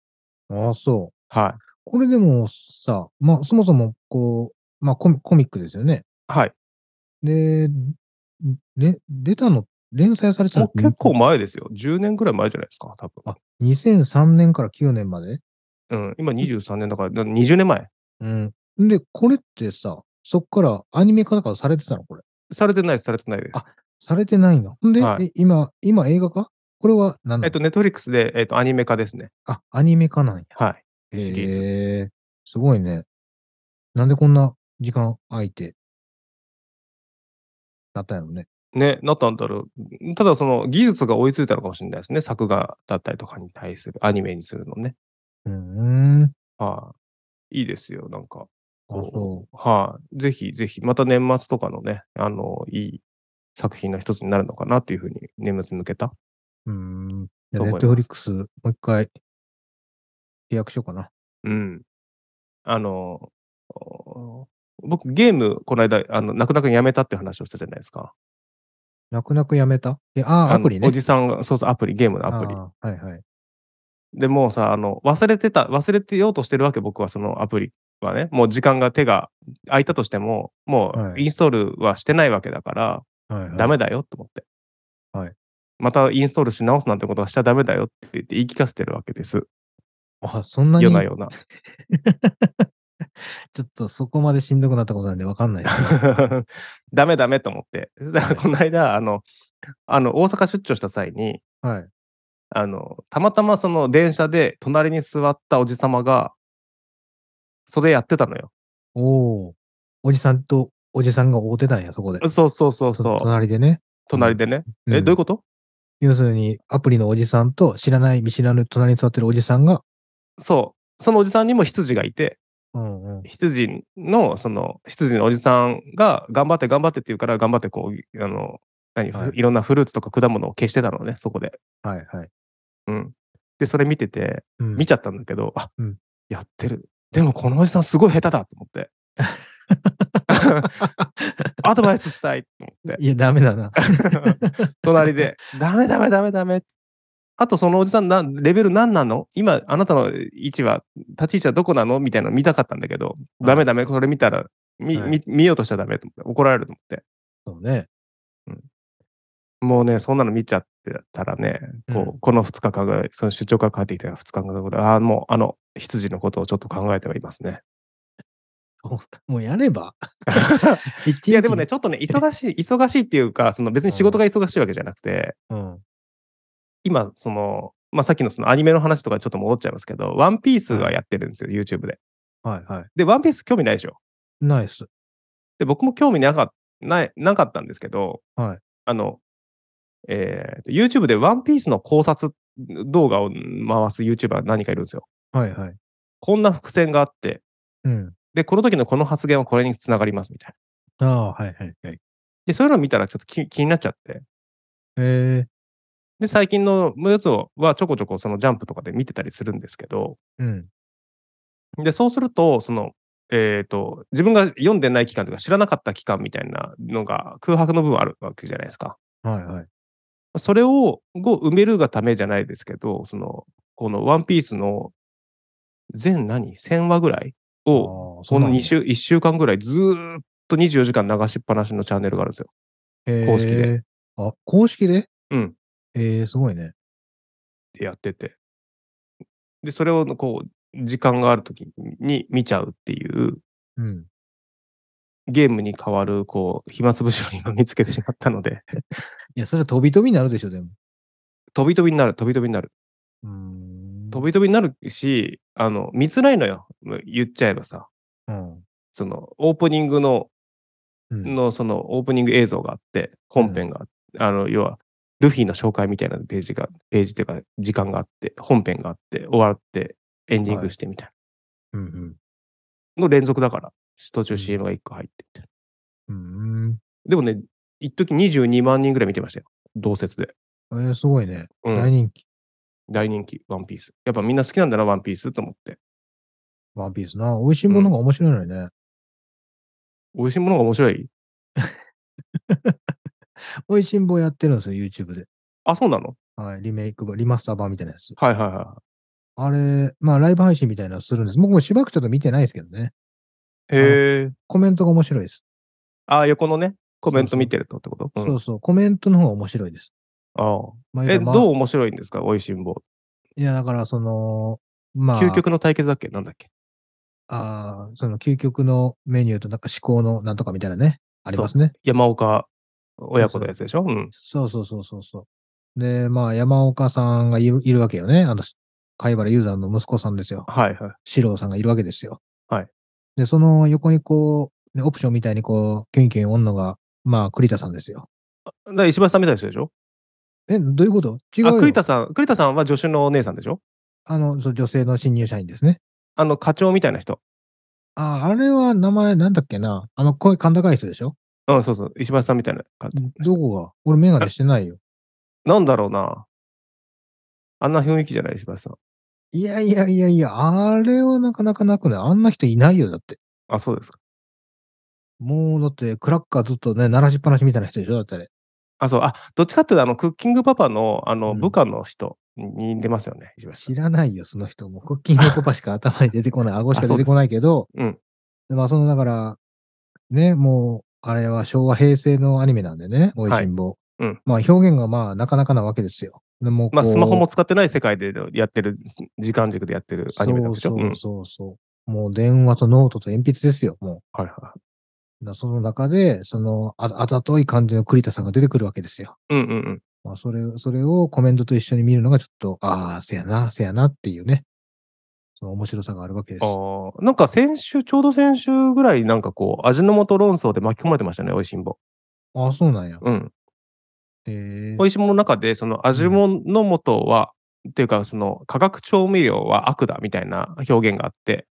Speaker 1: うん。ああ、そう。
Speaker 2: は
Speaker 1: これでもさ、まあ、そもそも、こう、まあコミ、コミックですよね。
Speaker 2: い。はい。
Speaker 1: で、れ出たの、連載されてた
Speaker 2: も
Speaker 1: の
Speaker 2: う結構前ですよ。10年ぐらい前じゃないですか、多分
Speaker 1: あ。2003年から9年まで。
Speaker 2: うん、今23年だから、だから20年前。
Speaker 1: うん。で、これってさ、そっからアニメ化とかされてたのこれ。
Speaker 2: されてないです、されてないです。
Speaker 1: あされてないんだ。ほんで、
Speaker 2: はい
Speaker 1: え今、今映画化これは何なの
Speaker 2: えっと、ネットフリックスで、えっと、アニメ化ですね。
Speaker 1: あ、アニメ化なんや。
Speaker 2: はい。
Speaker 1: へ
Speaker 2: シリーズ
Speaker 1: え、すごいね。なんでこんな時間空いて、なったんやろね。
Speaker 2: ね、なったんだろう。ただ、その技術が追いついたのかもしれないですね。作画だったりとかに対する、アニメにするのね。
Speaker 1: うーん。あ、
Speaker 2: はい。いいですよ、なんか。こう
Speaker 1: そう。
Speaker 2: はい。ぜひぜひ、また年末とかのね、あの、いい作品の一つになるのかなというふうに、年末に向けた。
Speaker 1: うーん。じゃ
Speaker 2: と
Speaker 1: ネッ
Speaker 2: 思います
Speaker 1: トフリックス、もう一回、契約しようかな。
Speaker 2: うん。あの、お僕、ゲーム、この間、あの、泣く泣くやめたって話をしたじゃないですか。
Speaker 1: 泣く泣くやめたえ、ああ、
Speaker 2: あ
Speaker 1: ア
Speaker 2: の
Speaker 1: プリね。
Speaker 2: おじさんが、そうそう、アプリ、ゲームのアプリ。
Speaker 1: あーはいはい。
Speaker 2: でもうさ、あの、忘れてた、忘れてようとしてるわけ、僕はそのアプリはね、もう時間が手が空いたとしても、も
Speaker 1: は
Speaker 2: う
Speaker 1: い
Speaker 2: インストールはしてないわけだから、
Speaker 1: はいはい、
Speaker 2: ダメだよと思って。
Speaker 1: はい。ま
Speaker 2: またインストールし直すなんてことはしちゃダメだよって言って言い聞かせてるわけです。
Speaker 1: あ、そんなに、
Speaker 2: よな
Speaker 1: ち (laughs)
Speaker 2: よな。
Speaker 1: ょっとそこまでしんどくなったことなんでわかんない
Speaker 2: (laughs)
Speaker 1: ですね
Speaker 2: ダメダメと思って。そした
Speaker 1: は
Speaker 2: ら
Speaker 1: い
Speaker 2: この間、あの、あの、大阪出張した際に、
Speaker 1: はい。
Speaker 2: あの、たまたまその電車で隣に座ったおじさまが、それやってたのよ。
Speaker 1: おお。おじさんとおじさんが会うてたんや、そこで。
Speaker 2: そうそうそう
Speaker 1: と
Speaker 2: そう。
Speaker 1: 隣でね。
Speaker 2: 隣でね。
Speaker 1: ん
Speaker 2: え、どういうこと
Speaker 1: 要するに、アプリのおじさんと知らない見知らぬ隣に座ってるおじさんが、
Speaker 2: そう。そのおじさんにも羊がいて、
Speaker 1: うんうん。
Speaker 2: 羊のその羊のおじさんが頑張って頑張ってって言うから頑張ってこうあの何、
Speaker 1: はい
Speaker 2: い、ろんなフルーツとか果物を消してたのねそこで。
Speaker 1: はいはい。
Speaker 2: うん、でそれ見てて
Speaker 1: うん
Speaker 2: 見ちゃったんだけど、あ、
Speaker 1: うん
Speaker 2: やってるでもこのおじさんすごい下手だと思ってアドバイスしたいと思って
Speaker 1: (laughs) いや、ダメだな。
Speaker 2: (laughs) 隣で「ダメダメダメダメ」あとそのおじさんなんレベル何なの今あなたの位置は立ち位置はどこなのみたいなの見たかったんだけど、ダメダメこれ見たらみ、
Speaker 1: はい
Speaker 2: み見ようとしちゃダメと思って怒られると思って
Speaker 1: そうね。
Speaker 2: もうねそんなの見ちゃってたらねこう、
Speaker 1: う
Speaker 2: この2日間ぐらいその出張から帰ってきた2日間ぐらいああもうあの羊のことをちょっと考えてはいます (laughs) ね。
Speaker 1: そうもうやれば。一日
Speaker 2: いやでもね、ちょっとね忙しい忙しいっていうかその別に仕事が忙しいわけじゃなくて、
Speaker 1: うん。
Speaker 2: 今、その、まあ、さっきのそのアニメの話とかにちょっと戻っちゃいますけど、ワンピースがやってるんですよ、YouTube で。
Speaker 1: はいはい。
Speaker 2: で、ワンピース興味ないでしょ。
Speaker 1: ナイス。
Speaker 2: で、僕も興味なかっないなかったんですけど、
Speaker 1: はい
Speaker 2: あの、えー、YouTube でワンピースの考察動画を回す YouTuber 何かいるんですよ。
Speaker 1: はいはい。
Speaker 2: こんな伏線があって、
Speaker 1: うん。
Speaker 2: で、この時のこの発言はこれにつながりますみたいな。
Speaker 1: ああ、はいはいはい。
Speaker 2: で、そういうのを見たらちょっと気気になっちゃって。
Speaker 1: え
Speaker 2: で、最近のやつをはちょこちょこそのジャンプとかで見てたりするんですけど、
Speaker 1: ー、うん。
Speaker 2: で、そうすると、その、えっ、と、自分が読んでない期間とか知らなかった期間みたいなのが空白の部分あるわけじゃないですか。
Speaker 1: はいはい。
Speaker 2: それをを埋めるがためじゃないですけど、その、このワンピースの全何 ?1000 話ぐらいを、
Speaker 1: ああそ
Speaker 2: こ
Speaker 1: うな
Speaker 2: の
Speaker 1: んだ
Speaker 2: 2週、1週間ぐらいずーっと24時間流しっぱなしのチャンネルがあるんですよ。公式で
Speaker 1: えー。あ、公式で
Speaker 2: うん。
Speaker 1: えー、すごいね。
Speaker 2: でやってて。で、それをこう、時間があるときに見ちゃうっていう、
Speaker 1: うん。
Speaker 2: ゲームに変わる、こう、暇つぶしを今見つけてしまったので、 (laughs)
Speaker 1: いや、それは飛び飛びになるでしょ、でも。
Speaker 2: 飛び飛びになる、飛び飛びになる。
Speaker 1: うーん。
Speaker 2: 飛び飛びになるし、あの、見づらいのよ。言っちゃえばさ。
Speaker 1: うん。
Speaker 2: その、オープニングの、
Speaker 1: うん
Speaker 2: の、その、オープニング映像があって、本編があって、あの、要は、ルフィの紹介みたいなページが、ページっていうか、時間があって、本編があって、終わって、エンディングしてみたい
Speaker 1: うんうん。
Speaker 2: な。の連続だから、途
Speaker 1: う
Speaker 2: 中
Speaker 1: ん
Speaker 2: CM が1個入ってみたいな。
Speaker 1: うん。
Speaker 2: でもね、一時22万人ぐらい見てましたよ。同説で。
Speaker 1: えー、すごいね。
Speaker 2: うん
Speaker 1: 大人気。
Speaker 2: 大人気、ワンピース。やっぱみんな好きなんだな、ワンピースと思って。
Speaker 1: ワンピースな。美味しいものが面白いのにね。
Speaker 2: 美味しいものが面白い
Speaker 1: 美味しんぼやってるんですよ、YouTube で。
Speaker 2: あ、そうなの
Speaker 1: はい。リメイク版、リマスター版みたいなやつ。
Speaker 2: はいはいは
Speaker 1: あれ、まあ、ライブ配信みたいなのするんです。僕もしばらくちょっと見てないですけどね。
Speaker 2: い。へえ。
Speaker 1: コメントが面白いです。
Speaker 2: あ、横のね、コメント見てるとってことう
Speaker 1: そうそう。コメントの方が面白いです。まあ、
Speaker 2: んああ。え、
Speaker 1: 言ば
Speaker 2: どう面白いんですか美味しんぼ。
Speaker 1: いや、だから、その、まあ、
Speaker 2: 究極の対決だっけなんだっけ
Speaker 1: あーその究極のメニューとなんか思考のなんとかみたいなね、ありますね。
Speaker 2: 山岡親子のやつでしょうん。
Speaker 1: そうそうそうそうそう。で、まあ、山岡さんがいるいるわけよね。あの、貝原雄山の息子さんですよ。
Speaker 2: はいはい。
Speaker 1: 四郎さんがいるわけですよ。
Speaker 2: はい。
Speaker 1: で、その横にこう、ね、オプションみたいにこう、キュンキュンおんのが、まあ、栗田さんですよ。
Speaker 2: だから石橋さんみたいな人でしょ
Speaker 1: え、どういうこと違う
Speaker 2: あ、
Speaker 1: よ
Speaker 2: 栗田さん、栗田さんは助手のお姉さんでしょ
Speaker 1: あの、そう女性の新入社員ですね。
Speaker 2: あの、課長みたいな人。
Speaker 1: ああ、あれは名前なんだっけなあの、声甲高い人でしょ
Speaker 2: うん、そうそう。石橋さんみたいな感じ。
Speaker 1: どこが俺メガネしてないよ。
Speaker 2: なんだろうな。あんな雰囲気じゃない石橋さん。
Speaker 1: いやいやいやいや、あれはなかなかなくない。あんな人いないよ、だって。
Speaker 2: あ、そうですか。
Speaker 1: もう、だって、クラッカーずっとね、鳴らしっぱなしみたいな人でしょだってあれ。
Speaker 2: あ、そう。あ、どっちかっていうと、あの、クッキングパパの、あの、
Speaker 1: うん
Speaker 2: 部下の人にに出ますよね、石橋さ
Speaker 1: 知
Speaker 2: ん
Speaker 1: らないよ、その人。もう、クッキングコパしか頭に出てこ
Speaker 2: (laughs)
Speaker 1: ない。顎しか出てこないけど、
Speaker 2: そうです
Speaker 1: でまあ、その、だから、ね、もう、あれは昭和平成のアニメなんでね、おいしんぼ。
Speaker 2: はいうん
Speaker 1: まあ、表現がまあ、なかなかなわけですよ。でもうこう
Speaker 2: まあ、スマホも使ってない世界でやってる、時間軸でやってるアニメなんでしょ
Speaker 1: そううんそうそう。もう、電話とノートと鉛筆ですよ、もう。
Speaker 2: はいはい。
Speaker 1: だからその中で、その、ああざとい感じの栗田さんが出てくるわけですよ。
Speaker 2: うんうんうん。
Speaker 1: まあ、それ、それをコメントと一緒に見るのがちょっと、ああ、せやな、せやなっていうね、その面白さがあるわけです。
Speaker 2: ああ、なんか先週、ちょうど先週ぐらい、なんかこう、味の素論争で巻き込まれてましたね、おいしんぼ。
Speaker 1: ああ、そうなんや。
Speaker 2: うん。
Speaker 1: へえ
Speaker 2: おいしんぼの中で、その味もの素は、っていうか、その化学調味料は悪だみたいな表現があって、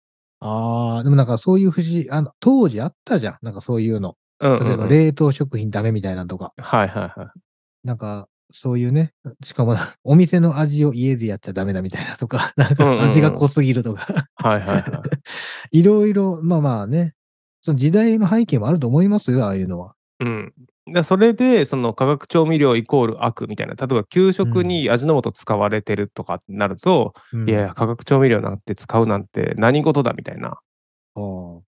Speaker 1: ああ、でもなんかそういう不思あの、当時あったじゃん。なんかそういうの。
Speaker 2: うんうんうん
Speaker 1: 例えば冷凍食品ダメみたいなのとか。
Speaker 2: はいはいはい。
Speaker 1: なんか、そういうね、 (laughs) しかもなお店の味を家でやっちゃダメだみたいなとか、 (laughs) なん
Speaker 2: うんうんうん
Speaker 1: か味が濃すぎるとか、 (laughs)
Speaker 2: はいはいはい。
Speaker 1: いろいろ、まあまあね、その時代の背景もあると思いますよ、ああいうのは。
Speaker 2: (laughs) うん。でそれで、その化学調味料イコール悪みたいな、例えば給食に味の素使われてるとかってなると、
Speaker 1: うん、
Speaker 2: いやいや、化学調味料なんて使うなんて何事だみたいな、
Speaker 1: あー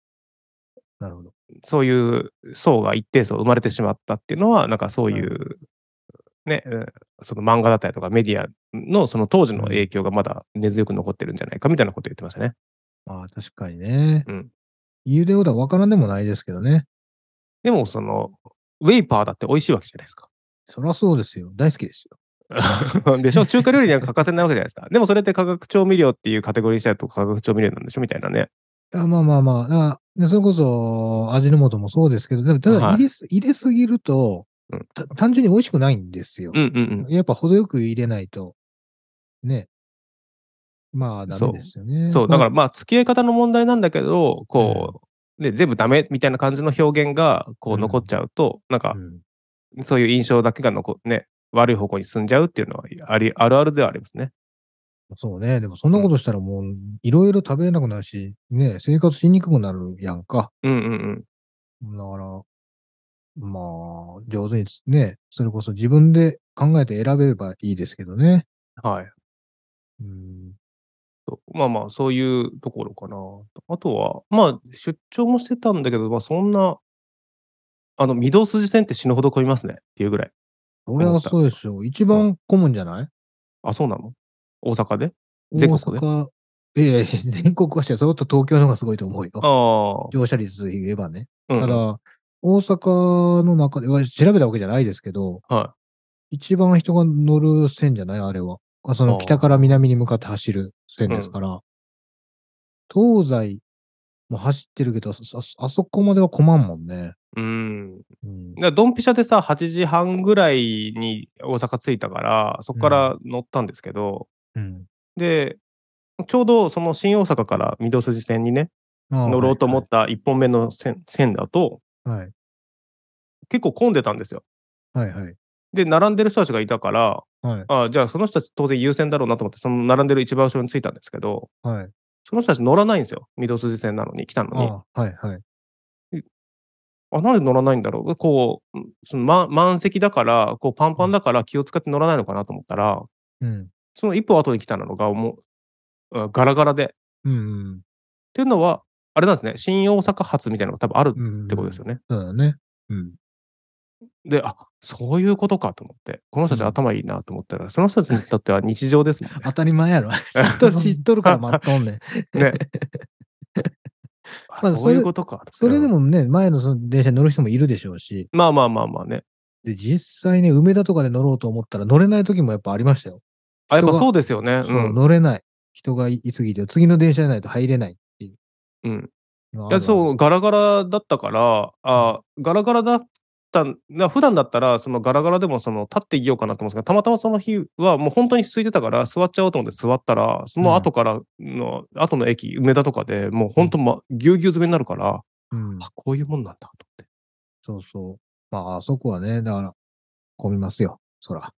Speaker 1: なるほど。
Speaker 2: そういう層が一定層生まれてしまったっていうのは、なんかそういう、ね、うんその漫画だったりとかメディアのその当時の影響がまだ根強く残ってるんじゃないかみたいなこと言ってましたね。
Speaker 1: まあ確かにね。
Speaker 2: うん
Speaker 1: 言うてることは分からんでもないですけどね。
Speaker 2: でも、その、ウェイパーだって美味しいわけじゃないですか。
Speaker 1: そりゃそうですよ。大好きですよ。
Speaker 2: (laughs) でしょ中華料理には欠かせないわけじゃないですか。でもそれって化学調味料っていうカテゴリーにしたらと化学調味料なんでしょみたいなね。
Speaker 1: あまあまあまあ。だからでそれこそ味の素もそうですけど、でもただ
Speaker 2: はい
Speaker 1: 入れす、入れすぎると、
Speaker 2: うん
Speaker 1: た単純に美味しくないんですよ
Speaker 2: う。んうんうん。
Speaker 1: やっぱ程よく入れないと、ね。まあ、ダメですよね。
Speaker 2: そう、だから
Speaker 1: ま
Speaker 2: まあ、付き合い方の問題なんだけど、こう、ね、全部ダメみたいな感じの表現が、こ
Speaker 1: う
Speaker 2: う、
Speaker 1: ん
Speaker 2: 残っちゃうと、なん
Speaker 1: あ
Speaker 2: か
Speaker 1: う、ん
Speaker 2: そういう印象だけが残、ね、悪い方向に進んじゃうっていうのはあり、あるあるではありますね。
Speaker 1: そうね。でも、そんなことしたらもう、いろいろ食べれなくなるし、ね、生活しにくくなるやんか。
Speaker 2: うんうんうん。
Speaker 1: だから、まあ、上手につね、それこそ自分で考えて選べればいいですけどね。
Speaker 2: はい。
Speaker 1: うん。
Speaker 2: そうまあまあ、そういうところかな。あとは、まあ、出張もしてたんだけど、まあ、そんな、あの、御堂筋線って死ぬほど混みますねっていうぐらい。
Speaker 1: それはそうですよ。一番混むんじゃない
Speaker 2: あ、そうなの大阪で
Speaker 1: 大
Speaker 2: 全国で
Speaker 1: 阪、いやいや全国はして、それと東京の方がすごいと思うよ。
Speaker 2: あ
Speaker 1: 乗車率で言えばね。
Speaker 2: あ。うん
Speaker 1: ただ、大阪の中では調べたわけじゃないですけど、
Speaker 2: は
Speaker 1: 一番人が乗る線じゃないあれは。あそ
Speaker 2: あ
Speaker 1: の
Speaker 2: ー
Speaker 1: 北から南に向かって走る線ですから、東西も走ってるけど、あそあそこまでは困んもんね。
Speaker 2: うん。
Speaker 1: うん
Speaker 2: だからドンピシャでさ、8時半ぐらいに大阪着いたから、そこから乗ったんですけど、
Speaker 1: うん
Speaker 2: で、ちょうどその新大阪から御堂筋線にね、
Speaker 1: あー
Speaker 2: 乗ろうと思った1本目の線線だと、
Speaker 1: はい
Speaker 2: 結構混んでたんですよ。
Speaker 1: はいはい
Speaker 2: で、並んでる人たちがいたから、
Speaker 1: はい
Speaker 2: あじゃあその人たち当然優先だろうなと思って、その並んでる一番後ろに着いたんですけど、
Speaker 1: はい。
Speaker 2: その人たち乗らないんですよ。御堂筋線なのに、来たのに。
Speaker 1: あーはいはい。
Speaker 2: あ、なんで乗らないんだろうこう、うんそのま満席だから、こうパンパンだから気を使って乗らないのかなと思ったら、
Speaker 1: うん。
Speaker 2: その一歩後に来たのがもう、うんガラガラで。っ
Speaker 1: うん
Speaker 2: ていうのは、あれなんですね、新大阪発みたいなのが多分ある
Speaker 1: うん。うん。
Speaker 2: ってことですよね。
Speaker 1: そうだね。うん。
Speaker 2: で、あそういうことかと思って、この人たち
Speaker 1: うん
Speaker 2: 頭いいなと思ったら、その人たちにとっては日常ですもんね。
Speaker 1: 当たり前
Speaker 2: (laughs)
Speaker 1: やろ。知っとる、知っとるから待っとんねん。
Speaker 2: ねあ
Speaker 1: まあ
Speaker 2: そういうことかと。
Speaker 1: それで
Speaker 2: うん
Speaker 1: もね、前のその電車に乗る人もいるでしょうし、
Speaker 2: まあまあまあまあね。
Speaker 1: で、実際ね、梅田とかで乗ろうと思ったら乗れない時もやっぱありましたよ。
Speaker 2: あ、やっぱ
Speaker 1: 人が
Speaker 2: そうですよね。う
Speaker 1: そう、
Speaker 2: ん。
Speaker 1: 乗れない。人がいすぎて、次の電車じゃないと入れないっていう。
Speaker 2: うん
Speaker 1: のあるあ
Speaker 2: いや
Speaker 1: る。
Speaker 2: そうガラガラだったからあガラガラだったんな普段だったらそのガラガラでもその立っていようかなと思うんですけどたまたまその日はもう本当に空いてたから座っちゃおうと思って座ったらその後からの、後の駅梅田とかでもう本当まぎゅうぎゅう詰めになるから、
Speaker 1: うん。
Speaker 2: あこういうもんなんだと思って
Speaker 1: そうそう。まあ、あそこはね、だから、混みますよ。そら。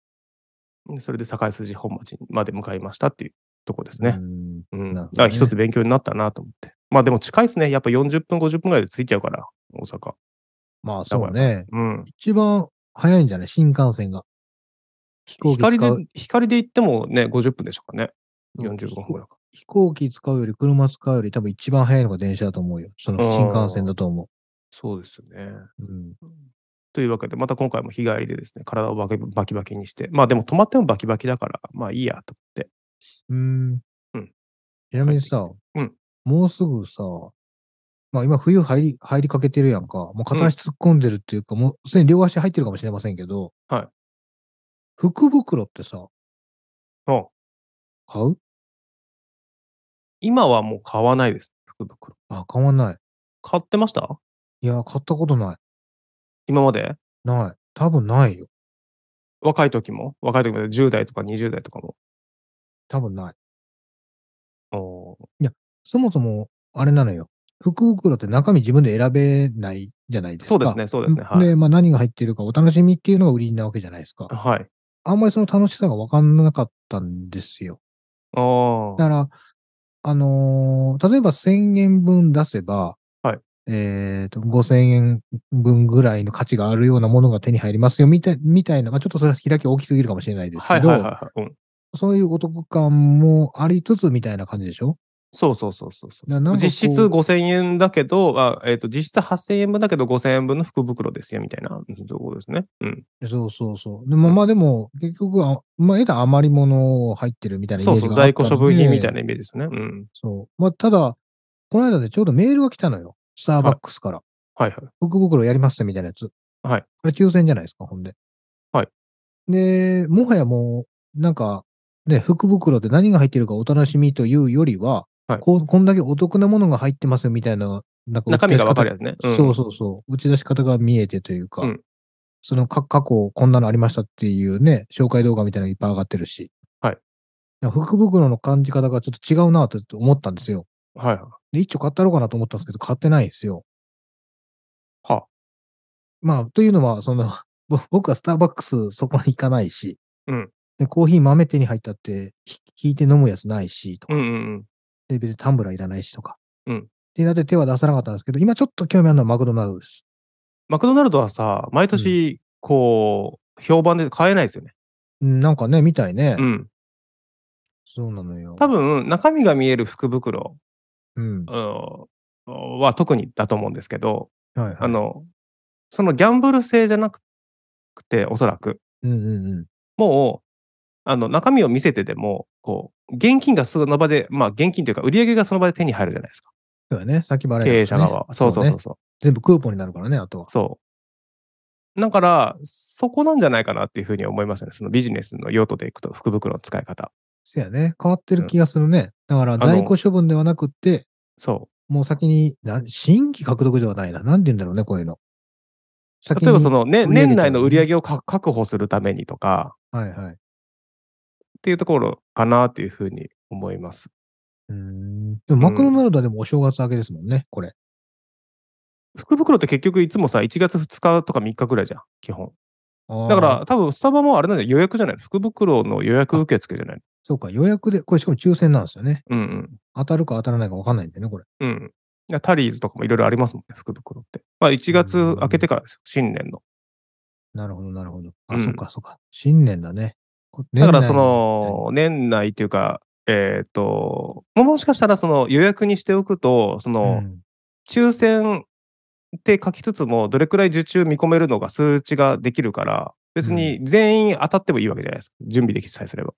Speaker 2: でそれで堺筋本町まで向かいましたっていうとこですね
Speaker 1: う。ん。
Speaker 2: う
Speaker 1: なるほ
Speaker 2: ん
Speaker 1: どね
Speaker 2: だから一つ勉強になったなと思って。まあでも近いですね。やっぱ40分、50分ぐらいで着いちゃうから、大阪。
Speaker 1: まあ、そうね。
Speaker 2: うん。
Speaker 1: 一番早いんじゃない新幹線が。飛行機使
Speaker 2: 光
Speaker 1: う。
Speaker 2: で、光で行ってもね、50分でしょうかね。45分ぐらいか。
Speaker 1: 飛行機使うより、車使うより、多分一番早いのが電車だと思うよ。その新幹線だと思
Speaker 2: そうですよね。
Speaker 1: う。うん。
Speaker 2: というわけで、また今回も日帰りでですね、体をバキバキバキにして、まあでも止まってもバキバキだから、まあいいやと思って。
Speaker 1: うん
Speaker 2: うん。
Speaker 1: ちなみにさ、
Speaker 2: うん
Speaker 1: もうすぐさ、まあ今冬入り、入りかけてるやんか。もう片足突っ込んでるっていうか、もうすでに両足入ってるかもしれませんけど、
Speaker 2: はい。
Speaker 1: 福袋ってさ、
Speaker 2: うん
Speaker 1: 買う
Speaker 2: 今はもう買わないです、福袋。
Speaker 1: あ、買わない。
Speaker 2: 買ってました
Speaker 1: いや、買ったことない。
Speaker 2: 今まで
Speaker 1: ない。多分ないよ。
Speaker 2: 若い時も若い時も10代とか20代とかも。
Speaker 1: 多分ない。
Speaker 2: お
Speaker 1: そもそも、あれなのよ。福袋って中身自分で選べないじゃないですか。
Speaker 2: そうですね、そうですね。はい。
Speaker 1: で、まあ何が入っているかお楽しみっていうのが売りなわけじゃないですか。
Speaker 2: はい。
Speaker 1: あんまりその楽しさが分かんなかったんですよ。
Speaker 2: あー
Speaker 1: だから、あのー例えば1000円分出せば、
Speaker 2: はい
Speaker 1: えっ、と、5000円分ぐらいの価値があるようなものが手に入りますよ、みたいみたいな、まあちょっとそれは開き大きすぎるかもしれないですけ
Speaker 2: はい
Speaker 1: ど、
Speaker 2: はいはいはい。うん。
Speaker 1: そういうお得感もありつつみたいな感じでしょ
Speaker 2: そうそうそうそうそう。
Speaker 1: だからなんかこう
Speaker 2: 実質5000円だけど、あえっと実質8000円分だけど5000円分の福袋ですよみたいな、うんそういうことですね。うん。
Speaker 1: そうそうそう。でもまあでも、結局あ、まあ、枝余り物入ってるみたいなイメー
Speaker 2: そう
Speaker 1: ジが
Speaker 2: そう、
Speaker 1: あったので
Speaker 2: 在庫処分品みたいなイメージですね。うん。
Speaker 1: そう。まあ、ただ、この間でちょうどメールが来たのよ。スターバックスから。
Speaker 2: はいはい。
Speaker 1: 福袋やりますみたいなやつ。
Speaker 2: はい。
Speaker 1: これ抽選じゃないですか、ほんで。
Speaker 2: はい。
Speaker 1: で、もはやもう、なんか、ね、福袋って何が入ってるかお楽しみというよりは、
Speaker 2: はい
Speaker 1: こうこんだけお得なものが入ってますよみたいな、なんか打
Speaker 2: 中
Speaker 1: ち
Speaker 2: 身
Speaker 1: 出し
Speaker 2: が
Speaker 1: 方
Speaker 2: わかるやつね。うん、
Speaker 1: そうそうそう。打ち出し方が見えてというか、
Speaker 2: うん
Speaker 1: そのか過去こんなのありましたっていうね、紹介動画みたいなのいっぱい上がってるし。
Speaker 2: はい。
Speaker 1: や福袋の感じ方がちょっと違うなと思ったんですよ。
Speaker 2: はい。
Speaker 1: で、一丁買ったろうかなと思ったんですけど、買ってないんですよ。
Speaker 2: は
Speaker 1: まあ、というのは、その、ぼ (laughs) 僕はスターバックスそこに行かないし、
Speaker 2: うん
Speaker 1: でコーヒー豆手に入ったって、ひ引いて飲むやつないし、とか、
Speaker 2: うんうん
Speaker 1: で別にタンブラーいらないしとか。
Speaker 2: うん
Speaker 1: ってなって手は出さなかったんですけど、今ちょっと興味あるのはマクドナルドです。
Speaker 2: マクドナルドはさ、毎年、こう、評判で買えないですよね。
Speaker 1: うん、なんかね、みたいね。
Speaker 2: うん。
Speaker 1: そうなのよ。
Speaker 2: 多分、中身が見える福袋
Speaker 1: うん。
Speaker 2: うんは特にだと思うんですけど、
Speaker 1: はいはい。
Speaker 2: あの、そのギャンブル性じゃなくて、おそらく、
Speaker 1: うんうんうん。
Speaker 2: もう、あの、中身を見せてでも、こう、現金がその場で、まあ、現金というか、売り上げがその場で手に入るじゃないですか。
Speaker 1: そうやね。先払い、ね。
Speaker 2: 経営者側は。そうそうそう
Speaker 1: ね
Speaker 2: そう。
Speaker 1: 全部クーポンになるからね、あとは。
Speaker 2: そう。だから、そこなんじゃないかなっていうふうに思いますね。そのビジネスの用途でいくと、福袋の使い方。
Speaker 1: せやね。変わってる気がするね。だから、
Speaker 2: の
Speaker 1: 在庫処分ではなくって、
Speaker 2: そ
Speaker 1: もう先に、な新規獲得ではないな。なんて言うんだろうね、こういうの。
Speaker 2: う。例えば、その、ね、
Speaker 1: 売り上げ
Speaker 2: 年
Speaker 1: ちゃう
Speaker 2: 内の売り上げをか確保するためにとか、
Speaker 1: はいはい。
Speaker 2: っていうところかなっていうふうに思います。
Speaker 1: うーん。でも、マクドナルドはでもお正月明けですもんね、これ。
Speaker 2: 福袋って結局いつもさ、1月2日とか3日ぐらいじゃん、基本。
Speaker 1: だ
Speaker 2: だから、、多分スタバもあれなんだよ、予約じゃないの福袋の予約受付じゃないの
Speaker 1: そうか、予約で、これしかも抽選なんですよね。
Speaker 2: うんうん。
Speaker 1: 当たるか当たらないか分かんないんだよね、これ。
Speaker 2: うん。いやタリーズとかもいろいろありますもんね、福袋って。まあ、1月明けてからですよ、新年の。
Speaker 1: なるほど、なるほど。あ、
Speaker 2: うん
Speaker 1: そっか、そっか。新年だね。こ
Speaker 2: だからそ、
Speaker 1: 年内
Speaker 2: の年内というか、えっ、と、ももしかしたらその予約にしておくと、そ
Speaker 1: の
Speaker 2: の
Speaker 1: うん
Speaker 2: 抽選って書きつつも、どれくらい受注見込めるのが数値ができるから、別に全員当たってもいいわけじゃないですか。準備できさえすれば。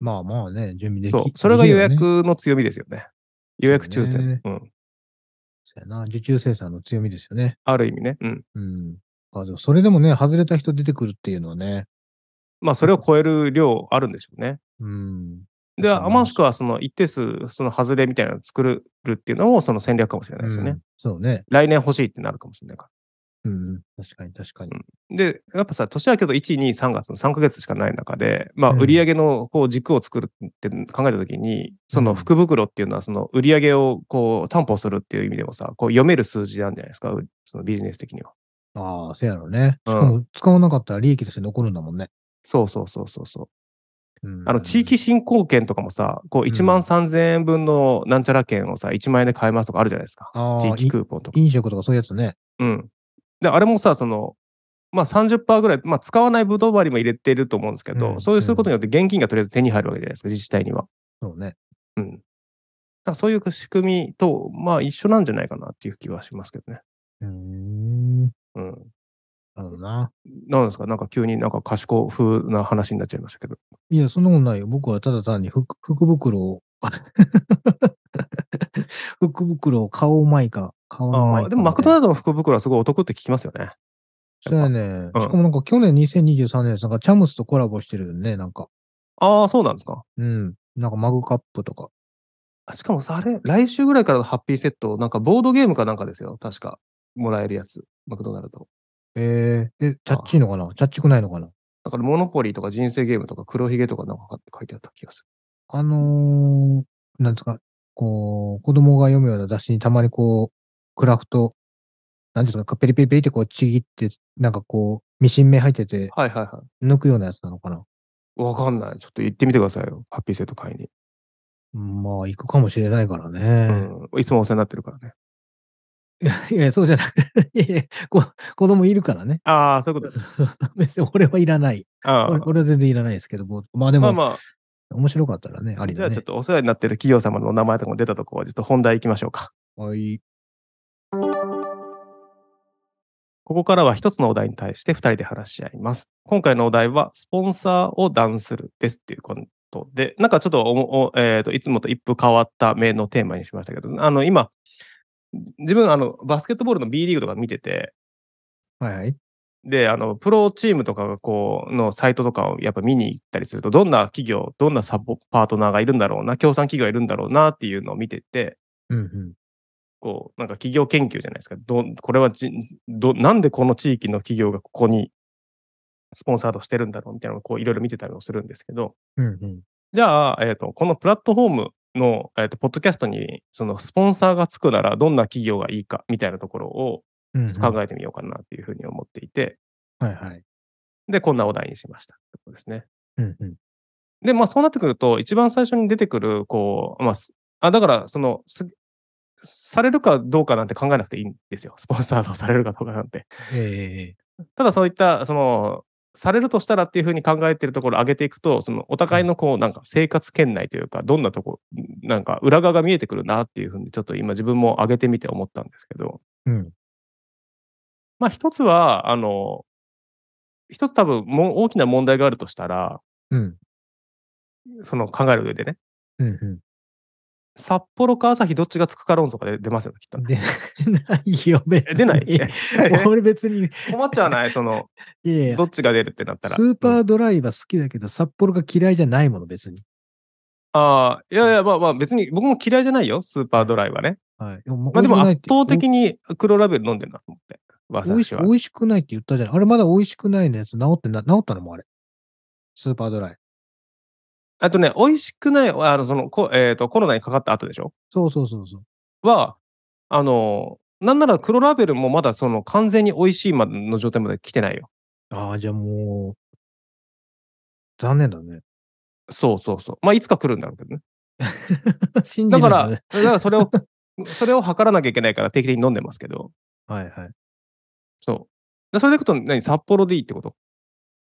Speaker 1: まあまあね、準備でき
Speaker 2: そう。それが予
Speaker 1: できればね
Speaker 2: 約の強みですよね。予約抽
Speaker 1: そう
Speaker 2: 選。
Speaker 1: ね
Speaker 2: うん。
Speaker 1: そうやな、受注生産の強みですよね。
Speaker 2: ある意味ね。うん。
Speaker 1: うん。あでもそれでもね、外れた人出てくるっていうのはね。
Speaker 2: まあ、それを超える量あるんでしょうね。
Speaker 1: うん。
Speaker 2: で、
Speaker 1: わかります
Speaker 2: もしくは、その一定数、その外れみたいなのを作るっていうのも、その戦略かもしれないですよね。
Speaker 1: うんそうね。
Speaker 2: 来年欲しいってなるかもしれないから。
Speaker 1: うん。確かに、確かに。
Speaker 2: で、やっぱさ、年明けど1、2、3月の3ヶ月しかない中で、まあ、
Speaker 1: うん
Speaker 2: 売り上げのこう軸を作るって考えたときに、そうの
Speaker 1: ん
Speaker 2: 福袋っていうのは、その売り上げをこう担保するっていう意味でもさ、こう読める数字なんじゃないですか、うそのビジネス的には。
Speaker 1: ああ、せやろね。し
Speaker 2: うん
Speaker 1: かも、使わなかったら利益として残るんだもんね。
Speaker 2: そうそうそうそうそう。
Speaker 1: うん
Speaker 2: あの、地域振興券とかもさ、こう1万3000円分のなんちゃら券をさ、1万円で買えますとかあるじゃないですか。
Speaker 1: ああ
Speaker 2: 地域
Speaker 1: い
Speaker 2: クーポンとか。
Speaker 1: 飲食とかそういうやつね。
Speaker 2: うん。で、あれもさ、その、まあ30%ぐらい、まあ使わないぶどう割も入れてると思うんですけど、
Speaker 1: うん
Speaker 2: そういうすることによって現金がとりあえず手に入るわけじゃないですか、自治体には。
Speaker 1: そうね。
Speaker 2: うん。だからそういう仕組みと、まあ一緒なんじゃないかなっていう気はしますけどね。
Speaker 1: うーん。な
Speaker 2: うん。
Speaker 1: るほどな。
Speaker 2: なんですかなんか急になんか賢風な話になっちゃいましたけど。
Speaker 1: いや、そんなことないよ。僕はただ単に福福袋を、あ (laughs) 福袋を買おうまいか、買わんまい
Speaker 2: あ
Speaker 1: か。
Speaker 2: あ、でもマクドナ
Speaker 1: ル
Speaker 2: ルドの福袋はすごいお得って聞きますよね。
Speaker 1: そうやね。
Speaker 2: うん
Speaker 1: しかもなんか去年2023年、なんかチャムスとコラボしてるよね、なんか。
Speaker 2: ああ、そうなんですか。
Speaker 1: うん。なんかマグカップとか。
Speaker 2: あしかもさ、あれ、来週ぐらいからのハッピーセット、なんかボードゲームかなんかですよ。確か。もらえるやつ。マクドナルド。
Speaker 1: えー、え、チャッチーのかなチャッチくないのかな
Speaker 2: だから、モノポリーとか人生ゲームとか黒ひげとかなんか書いてあった気がする。
Speaker 1: あのー、なんですか、こう、子供が読むような雑誌にたまにこう、クラフト、なんていうんですか、ペリペリペリってこうちぎって、なんかこう、ミシン目入ってて、
Speaker 2: はいはいは
Speaker 1: 抜くようなやつなのかな。
Speaker 2: い。わかんない。ちょっと行ってみてくださいよ。ハッピーセット買いに。
Speaker 1: まあ、行くかもしれないから
Speaker 2: う
Speaker 1: ね。
Speaker 2: ん。いつもお世話になってるからね。
Speaker 1: (laughs) いやいや、そうじゃなくて、いやいやこ子供いるからね。 (laughs)
Speaker 2: ああ、そういうことです。
Speaker 1: 別に俺はいらない。
Speaker 2: あ
Speaker 1: 俺
Speaker 2: あ
Speaker 1: 俺は全然いらないですけど、ぼまあで
Speaker 2: ま
Speaker 1: も、
Speaker 2: あま
Speaker 1: 面白かったらね、あ
Speaker 2: あ、
Speaker 1: り
Speaker 2: じ
Speaker 1: だ
Speaker 2: ゃ
Speaker 1: ね。
Speaker 2: あちょっとお世話になってる企業様のお名前とかも出たとこは、ちょっと本題行きましょうか。
Speaker 1: はい。
Speaker 2: ここからは一つのお題に対して二人で話し合います。今回のお題は、スポンサーを断するですっていうことで、なんかちょっとおもおえーといつもと一風変わった名のテーマにしましたけど、あの今、自分あの、バスケットボールの B リーグとか見てて、
Speaker 1: はいはい。
Speaker 2: で、あの、プロチームとかがこう、のサイトとかをやっぱ見に行ったりすると、どんな企業、どんなサポパートナーがいるんだろうな、協賛企業がいるんだろうなっていうのを見てて、
Speaker 1: うんうん。
Speaker 2: こう、なんか企業研究じゃないですか。どんこれはじど、なんでこの地域の企業がここにスポンサードしてるんだろうみたいなのをこういろいろ見てたりもするんですけど、
Speaker 1: うんうん。
Speaker 2: じゃあ、えっとこのプラットフォームの、えっとポッドキャストにそのスポンサーがつくならどんな企業がいいかみたいなところを
Speaker 1: うん
Speaker 2: ちょっと考えてみようかなっていうふうに思っていて、
Speaker 1: はいはい。
Speaker 2: で、こんなお題にしましたってことですね。
Speaker 1: うんうん。
Speaker 2: で、まあそうなってくると、一番最初に出てくる、こう、まあ、すあだから、その、すされるかどうかなんて考えなくていいんですよ。スポンサーとされるかどうかなんて。 (laughs)
Speaker 1: ええ
Speaker 2: ただそういった、その、されるとしたらっていうふうに考えてるところを上げていくと、そのお互いのこう、なんか生活圏内というか、どんなとこ、なんか裏側が見えてくるなっていうふうに、ちょっと今自分も上げてみて思ったんですけど、
Speaker 1: うん。
Speaker 2: まあ一つは、あの、一つ多分もう大きな問題があるとしたら、
Speaker 1: うん。
Speaker 2: その考える上でね、
Speaker 1: うん
Speaker 2: 札幌か朝日どっちがつくか論争が出出ますよね、きっと
Speaker 1: うん。
Speaker 2: ね。
Speaker 1: 出 (laughs) ないよ、別
Speaker 2: え
Speaker 1: に。
Speaker 2: 出な
Speaker 1: (laughs)
Speaker 2: い
Speaker 1: 俺別に、い
Speaker 2: 困っちゃわないそ (laughs) の、
Speaker 1: やいや
Speaker 2: ど、っちが出るってなったら。
Speaker 1: スーパ
Speaker 2: うん
Speaker 1: ードライは好きだけど、札幌が嫌いじゃないもの、別に。
Speaker 2: ああ、いやいや、まあまあ別に僕も嫌いじゃないよ、スーパードライはね。
Speaker 1: はい。ま
Speaker 2: まあでも圧倒的に黒ラベル飲んでるなと思って、
Speaker 1: 美味し
Speaker 2: 私は
Speaker 1: 美。味しくないって言ったじゃん。あれまだ美味しくないのやつ治ってな、治ったのもうあれ。スーパードライ。
Speaker 2: あとね、美味しくない、あの、その、こえっ、と、コロナにかかった後でしょ
Speaker 1: そうそうそうそう。
Speaker 2: は、あの、なんなら黒ラベルもまだその完全に美味しいまでの状態まで来てないよ。
Speaker 1: ああ、じゃあもう、残念だね。 (laughs)
Speaker 2: そうそうそう。まあいつか来るんだろうけどね。
Speaker 1: 信じ
Speaker 2: だ
Speaker 1: る
Speaker 2: か
Speaker 1: の
Speaker 2: ら、
Speaker 1: ね。
Speaker 2: だからそれを、
Speaker 1: (laughs)
Speaker 2: それを測らなきゃいけないから定期的に飲んでますけど、
Speaker 1: はいはい。
Speaker 2: そう。でそれでいくと、何、札幌でいいってこと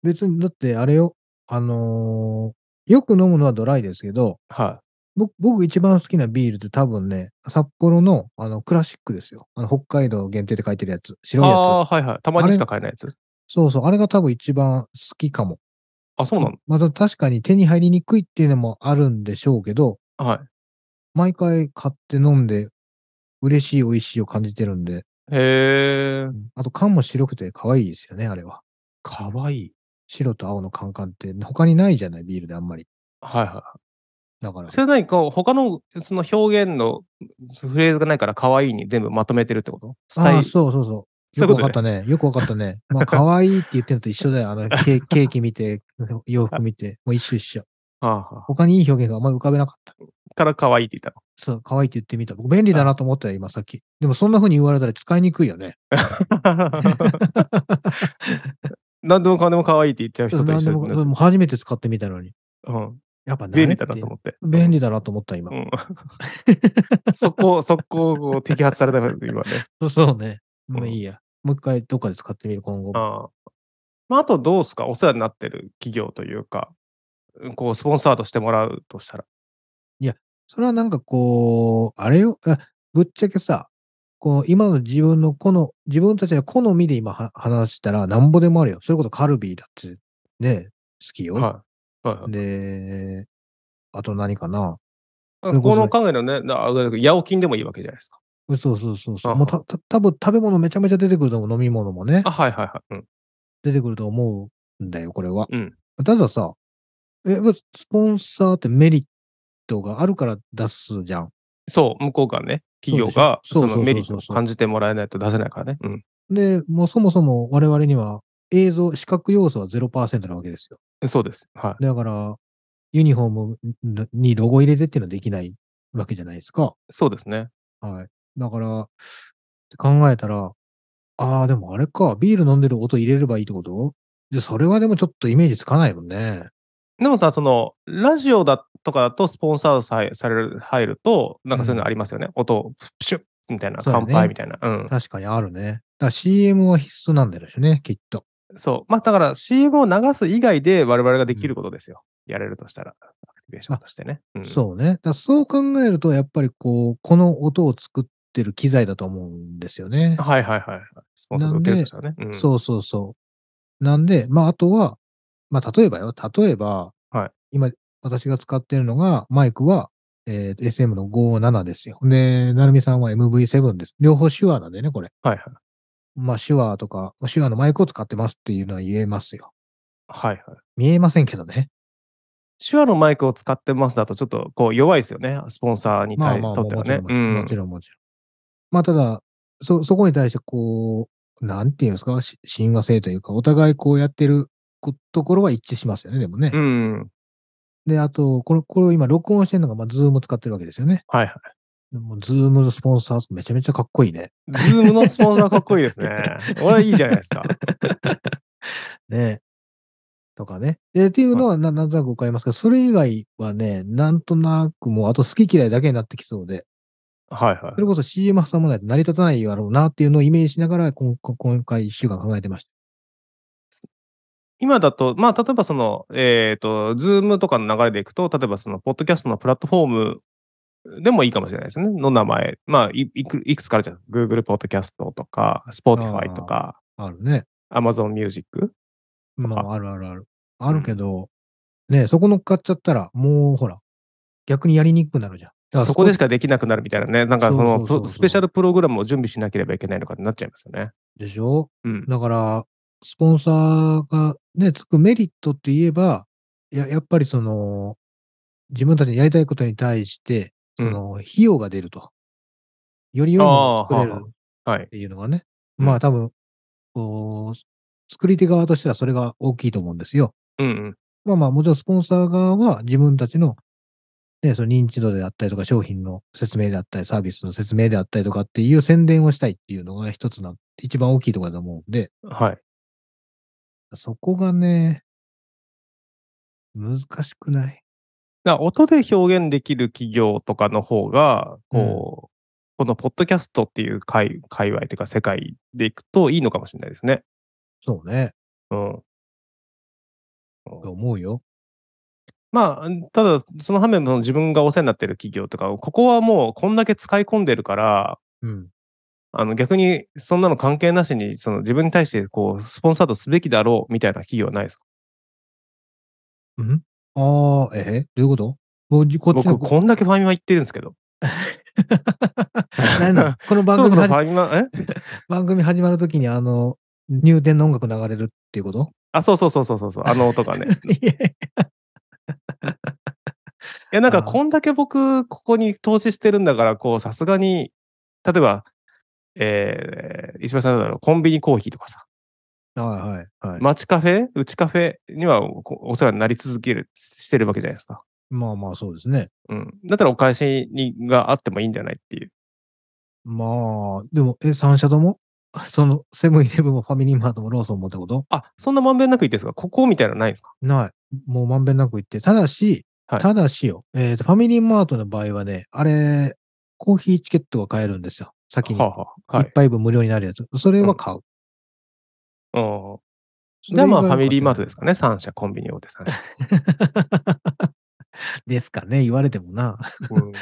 Speaker 1: 別に、だってあれよ、あのーよく飲むのはドライですけど、
Speaker 2: は
Speaker 1: 僕、僕一番好きなビールって多分ね、札幌の、あの、クラシックですよ。あの、北海道限定で書いてるやつ。
Speaker 2: い。
Speaker 1: 白いや
Speaker 2: ああー、はいはい。たまにしか買えないやつ。
Speaker 1: つ。そうそう。あれが多分一番好きかも。
Speaker 2: あ、そうなの
Speaker 1: まあ、確かに手に入りにくいっていうのもあるんでしょうけど、
Speaker 2: はい。
Speaker 1: 毎回買って飲んで、嬉しい美味しいを感じてるんで、
Speaker 2: へえ。
Speaker 1: あと缶も白くて可愛いですよね、あれは。
Speaker 2: かわいい。
Speaker 1: 白と青のカンカンって他にないじゃない、ビールであんまり。
Speaker 2: はいは
Speaker 1: だから
Speaker 2: い。そ。れ何か他のその表現のフレーズがないから可愛いに全部まとめてるってことスタ
Speaker 1: あ
Speaker 2: イ
Speaker 1: あ、
Speaker 2: ル。
Speaker 1: そうそうそう。
Speaker 2: そうい
Speaker 1: よく
Speaker 2: うこ
Speaker 1: わ
Speaker 2: と
Speaker 1: かっ
Speaker 2: ね。
Speaker 1: たね。よくわかったね。
Speaker 2: (laughs)
Speaker 1: まあ、可愛いって言ってるのと一緒だよ。あの、ケーケーキ見て、洋服見て、もう一緒一緒。
Speaker 2: はあは
Speaker 1: 他にいい表現があんまり浮かべなかった。
Speaker 2: あから可愛いって言っ
Speaker 1: (laughs) そう、可愛いって言ってみた。僕、便利だなと思ったよ、今さっき。でも、そんな風に言われたら使いにくいよね。
Speaker 2: たの。何でもかんでも可愛いって言っちゃう人と
Speaker 1: 何
Speaker 2: 一
Speaker 1: で
Speaker 2: 緒
Speaker 1: も、
Speaker 2: に
Speaker 1: で
Speaker 2: なって
Speaker 1: も初めて使ってみたのに。
Speaker 2: うん。
Speaker 1: やっぱ慣れ
Speaker 2: 便
Speaker 1: っ
Speaker 2: 利
Speaker 1: て
Speaker 2: だなと思って。
Speaker 1: 便利だなと思った、今
Speaker 2: う。ん。 (laughs) そこ、そこを摘発されたから今ね。
Speaker 1: そうそうね。
Speaker 2: ん
Speaker 1: まあいいや。もう一回どっかで使ってみる、今後。
Speaker 2: (laughs) ああまあ、あとどうですかお世話になってる企業というか、こう、スポンサードしてもらうとしたら。
Speaker 1: それはなんかこう、あれよ、あぶっちゃけさ、こう、今の自分のこの、自分たちの好みで今は話したら、なんぼでもあるよ。それこそカルビーだって、ね、好きよ。
Speaker 2: はい。はいはい
Speaker 1: で、あと何かな。それこ
Speaker 2: こ
Speaker 1: そ
Speaker 2: の考えのね、なヤオキンでもいいわけじゃないですか。
Speaker 1: そうそうそうそ
Speaker 2: あ
Speaker 1: う。
Speaker 2: は
Speaker 1: もうた、た多分食べ物めちゃめちゃ出てくると思う。飲み物もね
Speaker 2: あ、。はいはいはい。うん、
Speaker 1: 出てくると思うんだよ、これは。
Speaker 2: うん
Speaker 1: たださ、え、スポンサーってメリットがあるから出すじゃん。
Speaker 2: そう、向こうがね、企業が
Speaker 1: そう
Speaker 2: そ
Speaker 1: でしょ
Speaker 2: のメリッ
Speaker 1: そうそうそうそうそう
Speaker 2: トを感じてもらえないと出せないからね。うん
Speaker 1: で、もうそもそも我々には映像、視覚要素は0%なわけですよ。
Speaker 2: そうです。は
Speaker 1: だから、ユニフォームににロゴ入れてっていうのはできないわけじゃないですか。
Speaker 2: い。そうですね。
Speaker 1: はい。だから、って考えたら、ああ、でもあれか、ビール飲んでる音入れればいいってことで、それはでもちょっとイメージつかないもんね。
Speaker 2: でもさ、その、ラジオだとかだとスポンサードさえされる、入ると、なんかそういうのありますよね。音をプシュッみたいな、
Speaker 1: そうだね
Speaker 2: 乾杯みたいな。うん。
Speaker 1: 確かにあるね。だから CM は必須なんだよね、きっと。
Speaker 2: そう。まあ、だから CM を流す以外で我々ができることですよ。やれるとしたら、アクティベーションとしてね。うん、
Speaker 1: そうね。だからそう考えると、やっぱりこう、この音を作ってる機材だと思うんですよね。
Speaker 2: はいはいはい。スポンサード受けるとしたらね。うん
Speaker 1: そうそうそう。なんで、まあ、あとは、まあ、例えばよ、例えば、
Speaker 2: はい
Speaker 1: 今、私が使ってるのが、マイクは、えー SM の57ですよ。で、なるみさんは MV7 です。両方手話なんでね、これ。
Speaker 2: はいはい。
Speaker 1: まあ、手話とか、手話のマイクを使ってますっていうのは言えますよ。
Speaker 2: はいはい。
Speaker 1: 見えませんけどね。
Speaker 2: 手話のマイクを使ってますだとちょっとこう弱いですよね、スポンサーに
Speaker 1: まあ
Speaker 2: 対
Speaker 1: まあ、
Speaker 2: し
Speaker 1: も
Speaker 2: と
Speaker 1: うも
Speaker 2: っては
Speaker 1: ちろ
Speaker 2: ね
Speaker 1: ん、も。ち
Speaker 2: う
Speaker 1: ろん、もちろん、も
Speaker 2: ん
Speaker 1: ちろん。まあ、ただ、そ、そこに対して、こう、なんていうんですか、し親和性というか、お互いこうやってることころは一致しますよね、でもね。
Speaker 2: うん
Speaker 1: で、あと、これ、これを今録音してるのが、まあ、ズーム使ってるわけですよね。
Speaker 2: はいは
Speaker 1: もうズームのスポンサー、めちゃめちゃかっこいいね。
Speaker 2: い。ズームのスポンサーかっこいいです
Speaker 1: (laughs)
Speaker 2: ね。俺はいいじゃないですか。
Speaker 1: ね。とかね。えっていうのはな、なんとなくわかりますけど、それ以外はね、なんとなくもう、あと好き嫌いだけになってきそうで、
Speaker 2: はいは
Speaker 1: それこそ CM 挟まないと成り立たないやろうなっていうのをイメージしながら、こんこ今回一週間考えてまし
Speaker 2: 今だと、まあ、例えばその、えっ、と、ズームとかの流れでいくと、例えばその、ポッドキャストのプラットフォームでもいいかもしれないですね。の名前。まあ、いいくいくつかあるじゃん。Google ポッドキャストとか、Spotify とか、
Speaker 1: た。あるね。
Speaker 2: Amazon Music。
Speaker 1: まあ、あるあるある。あるけど、ね、そこ乗っかっちゃったら、もうほら、逆にやりにくくなるじゃん。だら
Speaker 2: そこでしかできなくなるみたいなね。なんかその
Speaker 1: そうそうそうそう
Speaker 2: プロスペシャルプログラムを準備しなければいけないのかになっちゃいますよね。
Speaker 1: でしょ
Speaker 2: うん。
Speaker 1: だから、スポンサーがね、つくメリットって言えば、ややっぱりその、自分たちのやりたいことに対して、その、費用が出ると。より良いものを作れる
Speaker 2: あーは
Speaker 1: っ
Speaker 2: はい。
Speaker 1: ていうのがね。
Speaker 2: うん
Speaker 1: まあ多分、こう、作り手側としてはそれが大きいと思うんですよ。
Speaker 2: うんうん。
Speaker 1: まあまあ、もちろんスポンサー側は自分たちの、ね、その認知度であったりとか、商品の説明であったり、サービスの説明であったりとかっていう宣伝をしたいっていうのが一つな、一番大きいところだと思うんで、
Speaker 2: はい。
Speaker 1: そこがね、難しくない。
Speaker 2: だから音で表現できる企業とかの方が、こう、このポッドキャストっていう界界隈というか世界でいくといいのかもしれないですね。
Speaker 1: そうね。
Speaker 2: うん。
Speaker 1: と思うよ。
Speaker 2: まあ、ただ、その反面、その自分がお世話になってる企業とか、ここはもうこんだけ使い込んでるから、
Speaker 1: うん。
Speaker 2: あの逆にそんなの関係なしに、その自分に対してこうスポンサードすべきだろうみたいな企業はないですか
Speaker 1: うんああ、えどういうこともうじこっちの
Speaker 2: 僕、こんだけファミマ行ってるんですけど。
Speaker 1: 何なのこの
Speaker 2: そ
Speaker 1: 番
Speaker 2: ろ
Speaker 1: 組
Speaker 2: そろ
Speaker 1: は
Speaker 2: フ
Speaker 1: じ
Speaker 2: ァミマ、え
Speaker 1: 番組始まるときに、あの、入店の音楽流れるっていうこと (laughs)
Speaker 2: あ、そうそうそうそうそうそう、あの音がね。いや、なん
Speaker 1: あ
Speaker 2: か、
Speaker 1: ー
Speaker 2: こんだけ僕、ここに投資してるんだから、こう、さすがに、例えば、えー、石橋さんだろう、コンビニコーヒーとかさ、
Speaker 1: はいはいはい。
Speaker 2: 街カフェ、うちカフェにはこお世話になり続ける、してるわけじゃないですか。
Speaker 1: まあまあそうですね。
Speaker 2: うん。だったらお返しにがあってもいいんじゃないっていう。
Speaker 1: まあ、でも、え、三社とも (laughs) その、セブンイレブンもファミリーマートもローソンもってこと
Speaker 2: あ、そんなまんべんなく言っていいですかここみたいなのないんですか
Speaker 1: ない。もうまんべんなく言って。ただし、
Speaker 2: はい
Speaker 1: ただしよ、えっ、と、ファミリーマートの場合はね、あれ、コーヒーチケットが買えるんですよ。先に。
Speaker 2: はあ、はあ、は
Speaker 1: 一杯分無料になるやつ。それは買う。。
Speaker 2: い。うん。じゃあまあ、ファミリーマートですすかね。3社、コンビニ大手3社。
Speaker 1: (laughs) ですかね、言われてもな。
Speaker 2: うん
Speaker 1: い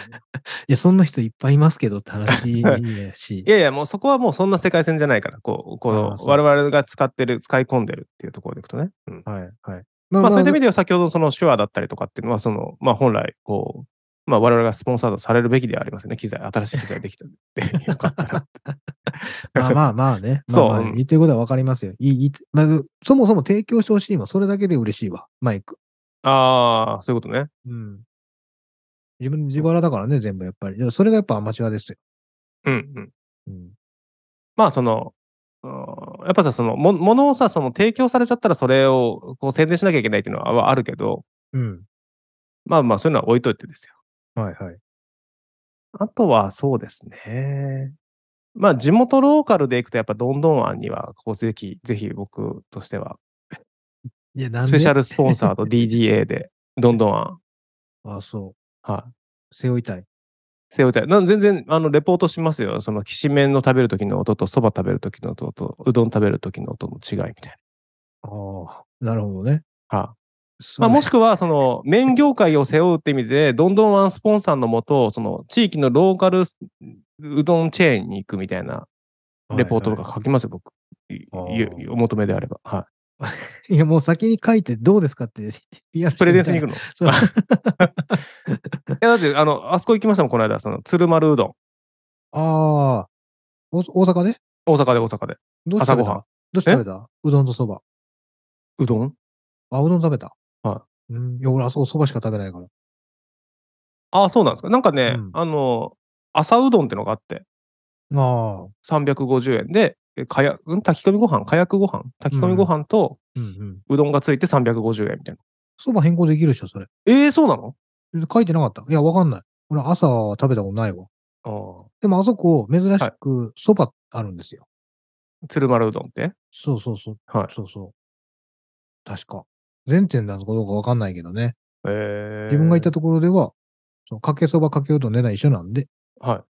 Speaker 1: や、そんな人いっぱいいますけどって話やし
Speaker 2: い。やいや、もうそこはもうそんな世界線じゃないから、こう、こ
Speaker 1: あー
Speaker 2: の
Speaker 1: そう
Speaker 2: 我々が使ってる、使い込んでるっていうところでいくとね。うん
Speaker 1: はい、はい。
Speaker 2: まあ、そういった意味
Speaker 1: て。
Speaker 2: では、先ほどのその手話だったりとかっていうのは、その、まあ、本来、こう、まあ、我々がスポンサードされるべきではありますよね。機材、新しい機材できたって
Speaker 1: (laughs)
Speaker 2: よかったら。
Speaker 1: まあまあまあね。まあ
Speaker 2: そう
Speaker 1: まあ
Speaker 2: うん
Speaker 1: 言ってることはわかりますよ。いい、いいまあ、そもそも提供してほしいもん。それだけで嬉しいわ。マイク。
Speaker 2: (laughs) ああ、そういうことね。
Speaker 1: うん。自分、自腹だからね、全部やっぱり。でもそれがやっぱアマチュアですよ。
Speaker 2: うんうん。
Speaker 1: うん。
Speaker 2: まあ、その、うんやっぱさ、そのも、ものをさ、その提供されちゃったら、それをこう宣伝しなきゃいけないっていうのははあるけど、
Speaker 1: うん。
Speaker 2: まあまあ、そういうのは置いといてですよ。
Speaker 1: はいはい。
Speaker 2: あとはそうですね。まあ地元ローカルで行くとやっぱどんどん案にはこうぜひぜひ僕としてはい
Speaker 1: や、なんで
Speaker 2: スペシャルスポンサーと DDA でどんどん案
Speaker 1: あ、そ
Speaker 2: は
Speaker 1: う。背負いたい。
Speaker 2: い背負いたいなん全然あのレポートしますよそのきしめんの食べる時の音とそば食べる時の音とうどん食べる時の音の違いみたい
Speaker 1: ああ。なるほどね。
Speaker 2: な。は
Speaker 1: そ
Speaker 2: いま
Speaker 1: れ
Speaker 2: あ、もしくはその麺業界を背負うって意味でどんどん案スポンサーのもとその地域のローカルうどんチェーンに行くみたいなレポートと
Speaker 1: は
Speaker 2: か書きますよ、僕。い
Speaker 1: あー
Speaker 2: いお求めであれば。はい
Speaker 1: はい。いや、もう先に書いてどうですかって、PR (laughs)
Speaker 2: い。プレゼンスに行
Speaker 1: く。
Speaker 2: くの。い
Speaker 1: そう
Speaker 2: や、だって、あの、あそこ行きましたもん、この間、その、鶴丸うどん。
Speaker 1: ああ。お大阪で
Speaker 2: 大阪で、大阪で。
Speaker 1: どうして
Speaker 2: 朝
Speaker 1: 食
Speaker 2: ご
Speaker 1: べ
Speaker 2: はん
Speaker 1: たどうして食べたうどんとそば。
Speaker 2: うどん
Speaker 1: あ、うどん食べた。。
Speaker 2: はい
Speaker 1: うん。いや、俺、あそこそばしか食べないから。
Speaker 2: ああ、そうなんですか。なんかね、
Speaker 1: うん
Speaker 2: あの、朝うどんってのがあって、
Speaker 1: ああ。
Speaker 2: 350円で、えかや、うん、炊き込みご飯、かやくご飯、炊き込みご飯と
Speaker 1: うんうん。
Speaker 2: うどんがついて350円みたいな。
Speaker 1: そば変更できるでしょ、それ。
Speaker 2: えー、そうなの
Speaker 1: 書いてなかった。いや、わかんない。俺、朝は食べたことないわ。
Speaker 2: あ
Speaker 1: でも、あそこ、珍しく、そばあるんですよ。
Speaker 2: あ。鶴丸うどんって
Speaker 1: そうそうそう。
Speaker 2: はい
Speaker 1: そうそう。確か。全店なのかどうかわかんないけどね。
Speaker 2: えー、
Speaker 1: 自分が行ったところでは、そのかけそばかけうどん値段一緒なんで。
Speaker 2: はい。
Speaker 1: ま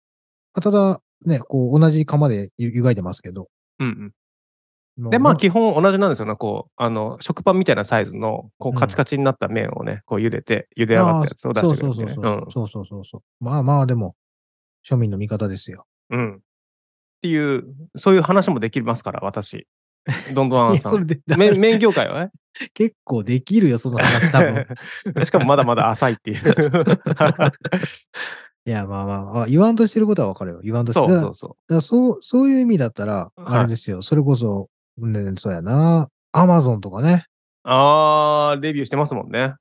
Speaker 1: あただ、ね、こう、同じ釜でゆ湯がいてますけど。
Speaker 2: うんうん。
Speaker 1: ま
Speaker 2: で、まあ、基本同じなんですよね。こう、あの、食パンみたいなサイズの、こ
Speaker 1: うん
Speaker 2: う、カチカチになった麺をね、こう、茹でて、茹で上がったやつを出してくれるんで、ね。
Speaker 1: そうそうそうそう,、そうそうそうそう。まあまあ、でも、庶民の味方ですよ。
Speaker 2: うん。うん。っていう、そういう話もできますから、私。どんどんあん
Speaker 1: いや
Speaker 2: さ
Speaker 1: それ
Speaker 2: ん。
Speaker 1: で、
Speaker 2: 麺麺業界はね。
Speaker 1: 結構できるよ、その話、多分。
Speaker 2: (laughs) しかもまだまだ浅い
Speaker 1: (laughs)
Speaker 2: っていう。
Speaker 1: いや、まあまあ、あ言わんとしてることはわかるよ。言わんとして
Speaker 2: そ
Speaker 1: る。
Speaker 2: う
Speaker 1: だか
Speaker 2: そ
Speaker 1: ら
Speaker 2: うそ
Speaker 1: だからそう、そういう意味だったら、
Speaker 2: はい
Speaker 1: あれですよ、それこそ、ね、そうやな、アマゾンとかね、
Speaker 2: う。あー、レビューしてますもんね。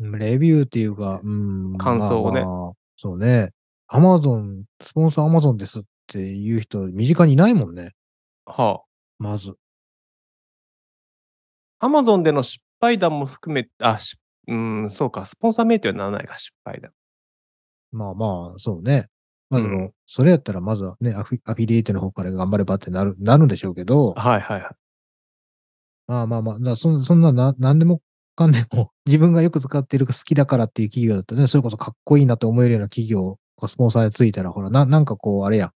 Speaker 1: うんレビューっていうか、うん、
Speaker 2: 感想をね
Speaker 1: まあまあそうね、アマゾン、スポンサーアマゾンですっていう人、身近にいないもんね、
Speaker 2: は
Speaker 1: まず。
Speaker 2: あ。アマゾンでの失敗談も含め、あ、しうん、そうか、スポンサーメイトにはならないか、失敗談。
Speaker 1: まあまあ、そうね。まあでも、
Speaker 2: う
Speaker 1: それやったら、まずはねアフィ、アフィリエイトの方から頑張ればってなる、なるんでしょうけど、
Speaker 2: はいはいはい。
Speaker 1: まあまあまあ、だからそんそんなな、なんでもかんでも、 (laughs) 自分がよく使ってるか好きだからっていう企業だったらね、それこそかっこいいなと思えるような企業がスポンサーでついたら、ほら、ななんかこう、あれやん。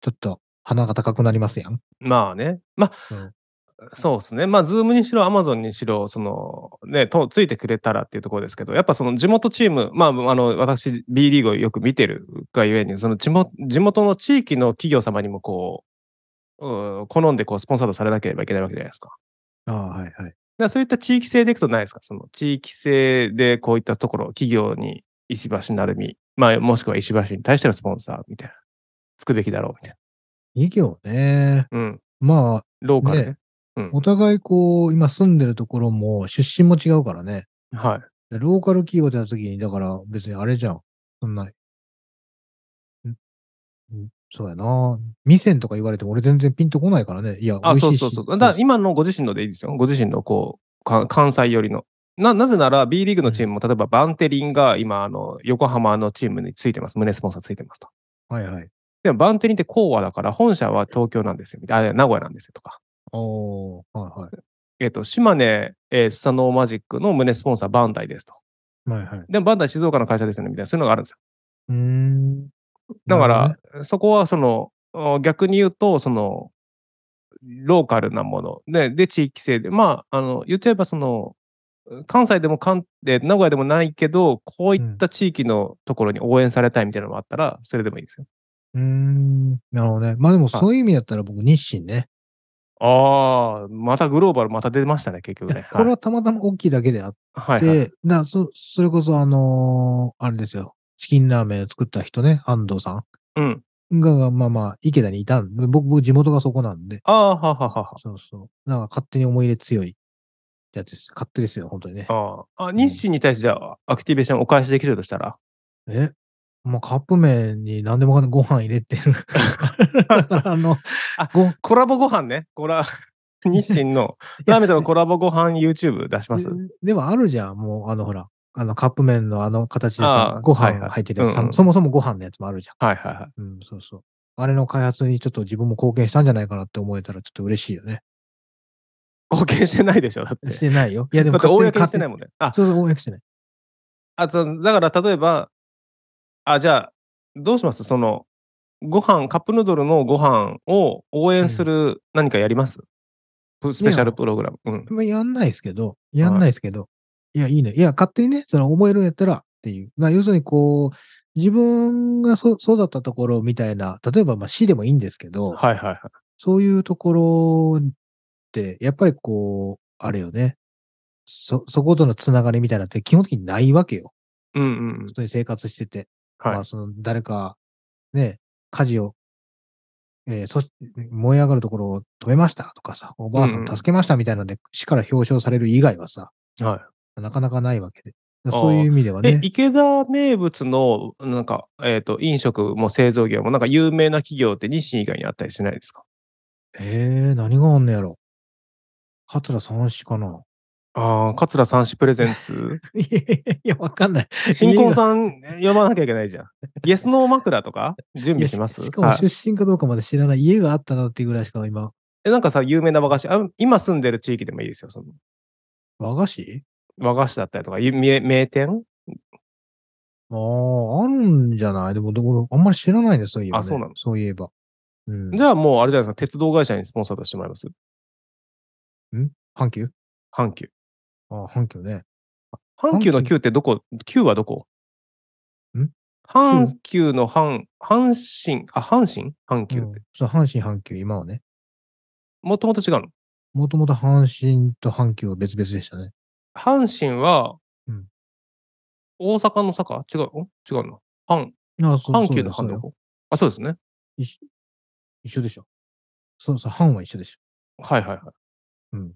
Speaker 1: ちょっと鼻が高くなりますやん。
Speaker 2: まあね。まあ、
Speaker 1: うん
Speaker 2: そうですね。まあ、ズームにしろ、アマゾンにしろ、その、ね、とついてくれたらっていうところですけど、やっぱその地元チーム、まあ、あの、私、B リーグをよく見てるがゆえに、その地元地元の地域の企業様にも、こう、うん好んでこうスポンサードされなければいけないわけじゃないですか。
Speaker 1: ああ、はいはい。
Speaker 2: だからそういった地域性でいくとないですかその地域性でこういったところ、企業に石橋なるみ、まあ、もしくは石橋に対してのスポンサーみたいな、つくべきだろうみたい
Speaker 1: 企業ね。
Speaker 2: な。うん。
Speaker 1: まあ、
Speaker 2: ローカルね。
Speaker 1: ね
Speaker 2: うん
Speaker 1: お互いこう、今住んでるところも出身も違うからね。
Speaker 2: はい。
Speaker 1: でローカル企業出た時に、だから別にあれじゃん。そんな、んんそうやな。店とか言われても俺全然ピンとこないからね。いや、
Speaker 2: あ、
Speaker 1: 美
Speaker 2: そう
Speaker 1: 味しいし
Speaker 2: そうそう。だから今のご自身のでいいですよ。ご自身のこう、か関西寄りの。ななぜなら B リーグのチームも、例えばバンテリンが今、あの、横浜のチームについてます。胸スポンサーついてますと。
Speaker 1: はいはい。
Speaker 2: でもバンテリンって講和だから、本社は東京なんですよ。みたいなあ、名古屋なんですよとか。
Speaker 1: おー、はいはい。
Speaker 2: えっ、と、島根、えースサノーマジックの胸スポンサーバンダイですと。
Speaker 1: はいはい。う
Speaker 2: でもバンダイ静岡の会社ですよね、みたいな、そういうのがあるんですよ。
Speaker 1: ーん。
Speaker 2: だか
Speaker 1: な
Speaker 2: ら
Speaker 1: る、
Speaker 2: そこはその、お逆に言うと、その、ローカルなもので、で、地域性で、まあ、あの、言っちゃえば、その、関西でも関で名古屋でもないけど、こういった地域のところに応援されたいみたいなのもあったら、それでもいいですよ。
Speaker 1: ほどねうーん。なるほどね。まあでもそういう意味だったら僕日清ね。
Speaker 2: ああ、またグローバル、また出ましたね、結局ね。
Speaker 1: これはたまたま大きいだけであっ
Speaker 2: はい、
Speaker 1: て、
Speaker 2: はいはい。
Speaker 1: なそそれこそあのーあれですよ。チキンラーメンを作った人ね、安藤さ
Speaker 2: うん。
Speaker 1: んが、がまあまあ、池田にいたんで、僕、僕地元がそこなんで、
Speaker 2: ああ、はははは。
Speaker 1: そうそう。なんか勝手に思い入れ強いやつです。勝手ですよ、本当にね。
Speaker 2: あーあ、日清に対してじゃあ、アクティベーションお返しできるとしたら、
Speaker 1: えもうカップ麺に何でもかんでもご飯入れて
Speaker 2: (laughs)
Speaker 1: る。だからあの、
Speaker 2: あ
Speaker 1: ご、い
Speaker 2: コラボご飯ね、コラ、日清の、ラ
Speaker 1: や
Speaker 2: ーメンとのコラボご飯 YouTube 出します
Speaker 1: ででもあるじゃん、もうあのほら、あのカップ麺のあの形で
Speaker 2: あ
Speaker 1: さ
Speaker 2: ー、
Speaker 1: ご
Speaker 2: はいは
Speaker 1: 飯
Speaker 2: い
Speaker 1: 入ってるやつ、
Speaker 2: うんうん
Speaker 1: そもそもご飯のやつもあるじゃ
Speaker 2: はいはいはい。
Speaker 1: ん。うん、そうそう。あれの開発にちょっと自分も貢献したんじゃないかなって思えたらちょっと嬉しいよね。
Speaker 2: 貢献してないでしょ、だって。
Speaker 1: してないよ。いやで
Speaker 2: だ
Speaker 1: も
Speaker 2: って
Speaker 1: 勝手に
Speaker 2: 公に
Speaker 1: 勝
Speaker 2: し
Speaker 1: 手
Speaker 2: てない
Speaker 1: に。
Speaker 2: もんね。あ、
Speaker 1: そうそう、公にしてない。
Speaker 2: あとだから例えば、あ、じゃあ、どうしますその、ご飯、カップヌードルのご飯を応援する何かやります、ぷスペシャルプログラム。うん。
Speaker 1: まあ、やんないですけど、やんないですけど、い、や、いいね。いや、勝手にね、その覚えるんやったらっていう。まあ、要するにこう、自分がそそうだったところみたいな、例えばまあ市でもいいんですけど、
Speaker 2: はいはいはい。
Speaker 1: そういうところって、やっぱりこう、あれよね。そ、そことのつながりみたいなって基本的にないわけよ。
Speaker 2: うんうんうん
Speaker 1: 普。通に生活してて。ま
Speaker 2: は
Speaker 1: あ、その、誰か、ね、火事を、えーそし、燃え上がるところを止めましたとかさ、おばあさ
Speaker 2: うん
Speaker 1: ん
Speaker 2: うん
Speaker 1: 助けましたみたいなんで、市から表彰される以外はさ、
Speaker 2: い。は
Speaker 1: なかなかないわけで。
Speaker 2: あー、
Speaker 1: そういう意味ではい
Speaker 2: で
Speaker 1: ね、。
Speaker 2: 池田名物の、なんか、えっ、と、飲食も製造業も、なんか有名な企業って日清以外にあったりしないですか
Speaker 1: えー、何があんのやろ。桂三種かな。
Speaker 2: ああ、桂三子プレゼンツ。
Speaker 1: (laughs) いやいやいや、わかんない。
Speaker 2: 新婚さん呼ばなきゃいけない
Speaker 1: (laughs)
Speaker 2: じゃん。イエスノー枕とか準
Speaker 1: いや
Speaker 2: 備します
Speaker 1: しかも
Speaker 2: はい
Speaker 1: 出身かどうかまで知らない。家があったなっていうぐらいしか今。
Speaker 2: えなんかさ、有名な和菓子あ、今住んでる地域でもいいですよ。その
Speaker 1: 和菓子
Speaker 2: 和菓子だったりとか、ゆ名名店
Speaker 1: ああ、あるんじゃないでも、どこあんまり知らないね、そういえば、ね。
Speaker 2: あそうなの
Speaker 1: そういえば。うん。
Speaker 2: じゃあもうあれじゃないですか、鉄道会社にスポンサーとしてもらいます。
Speaker 1: 阪急
Speaker 2: 阪急。
Speaker 1: ああ、阪急ね。
Speaker 2: 阪急の
Speaker 1: 阪急
Speaker 2: 急ってどこ急はどこ
Speaker 1: ん
Speaker 2: 阪急の阪、阪神、あ、阪神阪急
Speaker 1: うんそう、阪神、阪急、今はね。
Speaker 2: もともと違うの
Speaker 1: もともと阪神と阪急は別々でしたね。
Speaker 2: 阪神は、
Speaker 1: うん
Speaker 2: 大阪の坂違うお違うの阪、
Speaker 1: ああそう
Speaker 2: 阪急の
Speaker 1: そうだ
Speaker 2: 阪ど
Speaker 1: よ
Speaker 2: こあ、そうですね。
Speaker 1: 一緒一緒でしょ。そうそう、阪は一緒でしょ。
Speaker 2: はいはいはい。
Speaker 1: うん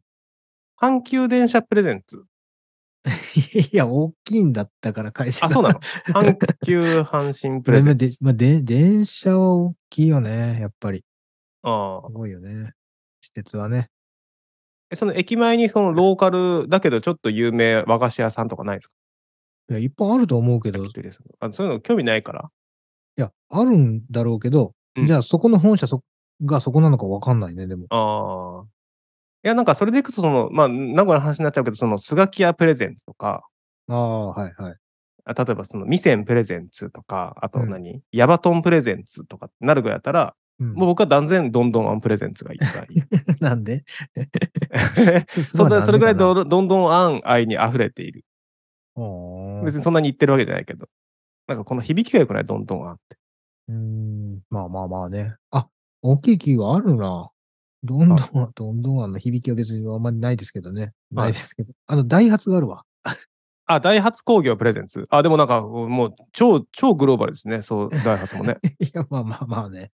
Speaker 2: 阪急電車プレゼン
Speaker 1: (laughs)
Speaker 2: ツ。
Speaker 1: いや、大きいんだったから会社 (laughs)
Speaker 2: あ、そうなの阪急阪神プレ
Speaker 1: ま (laughs)
Speaker 2: ゼ
Speaker 1: あ
Speaker 2: ンツ。
Speaker 1: でまあで電車は大きいよね、やっぱり。
Speaker 2: ああ
Speaker 1: すごいよね。施設はね。
Speaker 2: えその駅前にそのローカルだけどちょっと有名和菓子屋さんとかないですか
Speaker 1: いや、いっぱいあると思うけど、い
Speaker 2: きっとですあそういうの興味ないから。
Speaker 1: や、あるんだろうけど、
Speaker 2: うん
Speaker 1: じゃあそこの本社そがそこなのかわかんないね、でも。
Speaker 2: ああ。いや、なんかそれでいくと、その、まあ、名古屋の話になっちゃうけど、その、スガキ屋プレゼンツとか、
Speaker 1: ああ、はいはい。
Speaker 2: あ例えばその、ミセンプレゼンツとか、あと
Speaker 1: うん
Speaker 2: 何、ヤバトンプレゼンツとかってなるぐらいだったら、
Speaker 1: うん
Speaker 2: もう僕は断然どんどんあんプレゼンツが一番いい。
Speaker 1: (laughs) なんで (laughs)
Speaker 2: (laughs) そんなそれぐらいど
Speaker 1: る。
Speaker 2: んどんどんあん愛に溢れている。
Speaker 1: ああ
Speaker 2: 別にそんなに言ってるわけじゃないけど。なんかこの響きが良くない、どんどんあんって。
Speaker 1: うーん、まあまあまあね。あ、大きい木があるな。どんどん、 (laughs) どんどんあの響きは別にあんまりないですけどね。な
Speaker 2: はい
Speaker 1: いですけど。あの、ダイハツがあるわ。 (laughs)
Speaker 2: あ、ダイハツ工業プレゼンツ。あ、でもなんかもう超、超グローバルですね。そう、ダイハツも (laughs) ね。
Speaker 1: いや、まあまあまあね。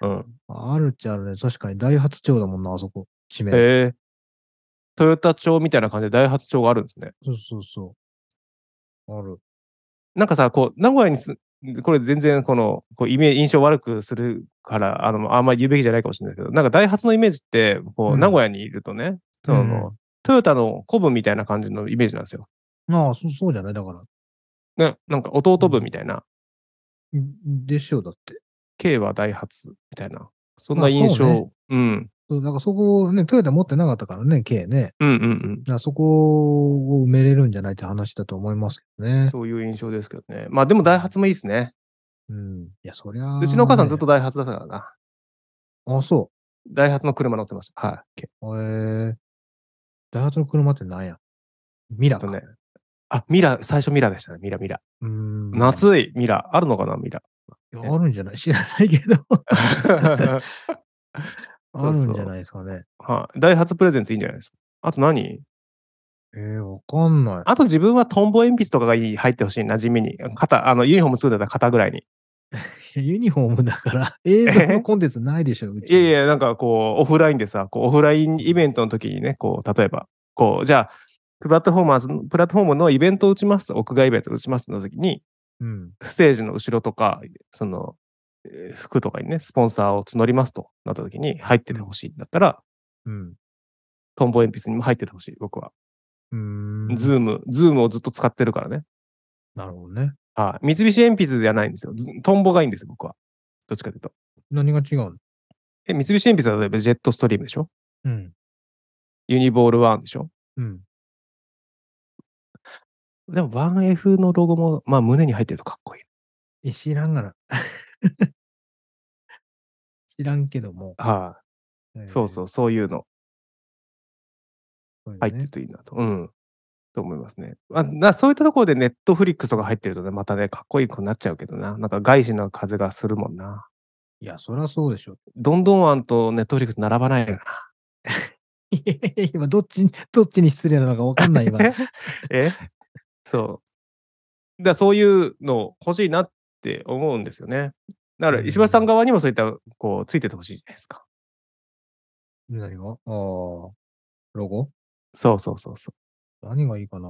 Speaker 2: うん。
Speaker 1: あるっちゃあるね。確かにダイハツ町だもんな、あそこ。地名。
Speaker 2: へえ。トヨタ町みたいな感じでダイハツ町があるんですね。
Speaker 1: そうそうそう。ある。
Speaker 2: なんかさ、こう、名古屋にす、これ全然この、こうイメージ、印象悪くするから、あの、あんまり言うべきじゃないかもしれないけど、なんかダイハツのイメージって、こ
Speaker 1: う
Speaker 2: う、
Speaker 1: ん
Speaker 2: 名古屋にいるとね、その、トヨタの古文みたいな感じのイメージなんですよ。
Speaker 1: ああ、そう、そうじゃないだから。
Speaker 2: ね、なんか弟分みたいな、
Speaker 1: んでしょう、だって。
Speaker 2: K はダイハツみたいな、そん
Speaker 1: ま
Speaker 2: な
Speaker 1: あ
Speaker 2: 印象。
Speaker 1: そう
Speaker 2: う
Speaker 1: ね
Speaker 2: ん。
Speaker 1: そうなんかそこをね、トヨタ持ってなかったからね、K ね。
Speaker 2: うんうん
Speaker 1: だからそこを埋めれるんじゃないって話だと思いますけど
Speaker 2: うん。
Speaker 1: ね。
Speaker 2: そういう印象ですけどね。まあでもダイハツもいいですね。
Speaker 1: うん。いや、そりゃあね、
Speaker 2: うちのお母さんずっとダイハツだったからな。
Speaker 1: あ、そう。
Speaker 2: ダイハツの車乗ってました。はい。
Speaker 1: えー、ダイハツの車ってなんやミラ
Speaker 2: あ
Speaker 1: か。
Speaker 2: とね。あ、ミラ、最初ミラでしたね。ミラミラ。
Speaker 1: うーん。い
Speaker 2: 夏いミラ。あるのかな、ミ (laughs) ラ。
Speaker 1: やあるんじゃない (laughs) 知らないけ
Speaker 2: (laughs)
Speaker 1: ど。
Speaker 2: そう
Speaker 1: あるんじゃないですかね。
Speaker 2: はい。ダイハツプレゼンツいいんじゃないですか。あと
Speaker 1: え
Speaker 2: 何
Speaker 1: ー、わかんない。
Speaker 2: あと自分はトンボ鉛筆とかがいい入ってほしいな、地味に。肩、あの、ユニフォーム2だったら肩ぐらいに。
Speaker 1: いやユニフォームだから、 (laughs) 映像のコンテンツないでしょ、うち。
Speaker 2: いやいや、なんかこう、オフラインでさ、こうオフラインイベントの時にね、こう、例えば、こう、じゃあ、プラットフォーマーズの、プラットフォームのイベントを打ちますと、屋外イベントを打ちますの時に、
Speaker 1: うん。
Speaker 2: ステージの後ろとか、その、えー服とかにね、スポンサーを募りますとなった時に入っててほしいんだったら、
Speaker 1: うん。
Speaker 2: トンボ鉛筆にも入っててほしい、僕は。
Speaker 1: うーん。
Speaker 2: ズーム、ズームをずっと使ってるからね。
Speaker 1: なるほどね。
Speaker 2: はい。三菱鉛筆じゃないんですよ。ずトンボがいいんですよ、僕は。どっちかというと。
Speaker 1: 何が違うの
Speaker 2: え、三菱鉛筆は例えばジェットストリームでしょ
Speaker 1: うん。
Speaker 2: ユニボールワンでしょ
Speaker 1: うん。
Speaker 2: でも 1F のロゴも、まあ胸に入ってるとかっこいい。
Speaker 1: え、知らんがな。 (laughs) 知らんけども。
Speaker 2: は
Speaker 1: えー
Speaker 2: い。そうそう、そういうの
Speaker 1: そうよ
Speaker 2: 入って
Speaker 1: ね
Speaker 2: るといいなと。うん。と思いますね。あなそういったところでネットフリックスとか入ってるとね、またね、かっこいいくなっちゃうけどな。なんか外資の風がするもんな。
Speaker 1: いや、そりゃそうでしょ。 (laughs)
Speaker 2: どんどんあんとネットフリックス並ばないかな。
Speaker 1: いやいや今、どっちに、どっちに失礼なのかわかんない、
Speaker 2: (laughs)
Speaker 1: 今。
Speaker 2: えそう。だからそういうの欲しいなって思うんですよね。だから
Speaker 1: うん
Speaker 2: 石橋さん側にもそういった、こう、ついててほしいじゃないですか。
Speaker 1: 何がああ、ロゴ
Speaker 2: そうそうそうそ
Speaker 1: 何がいいかな、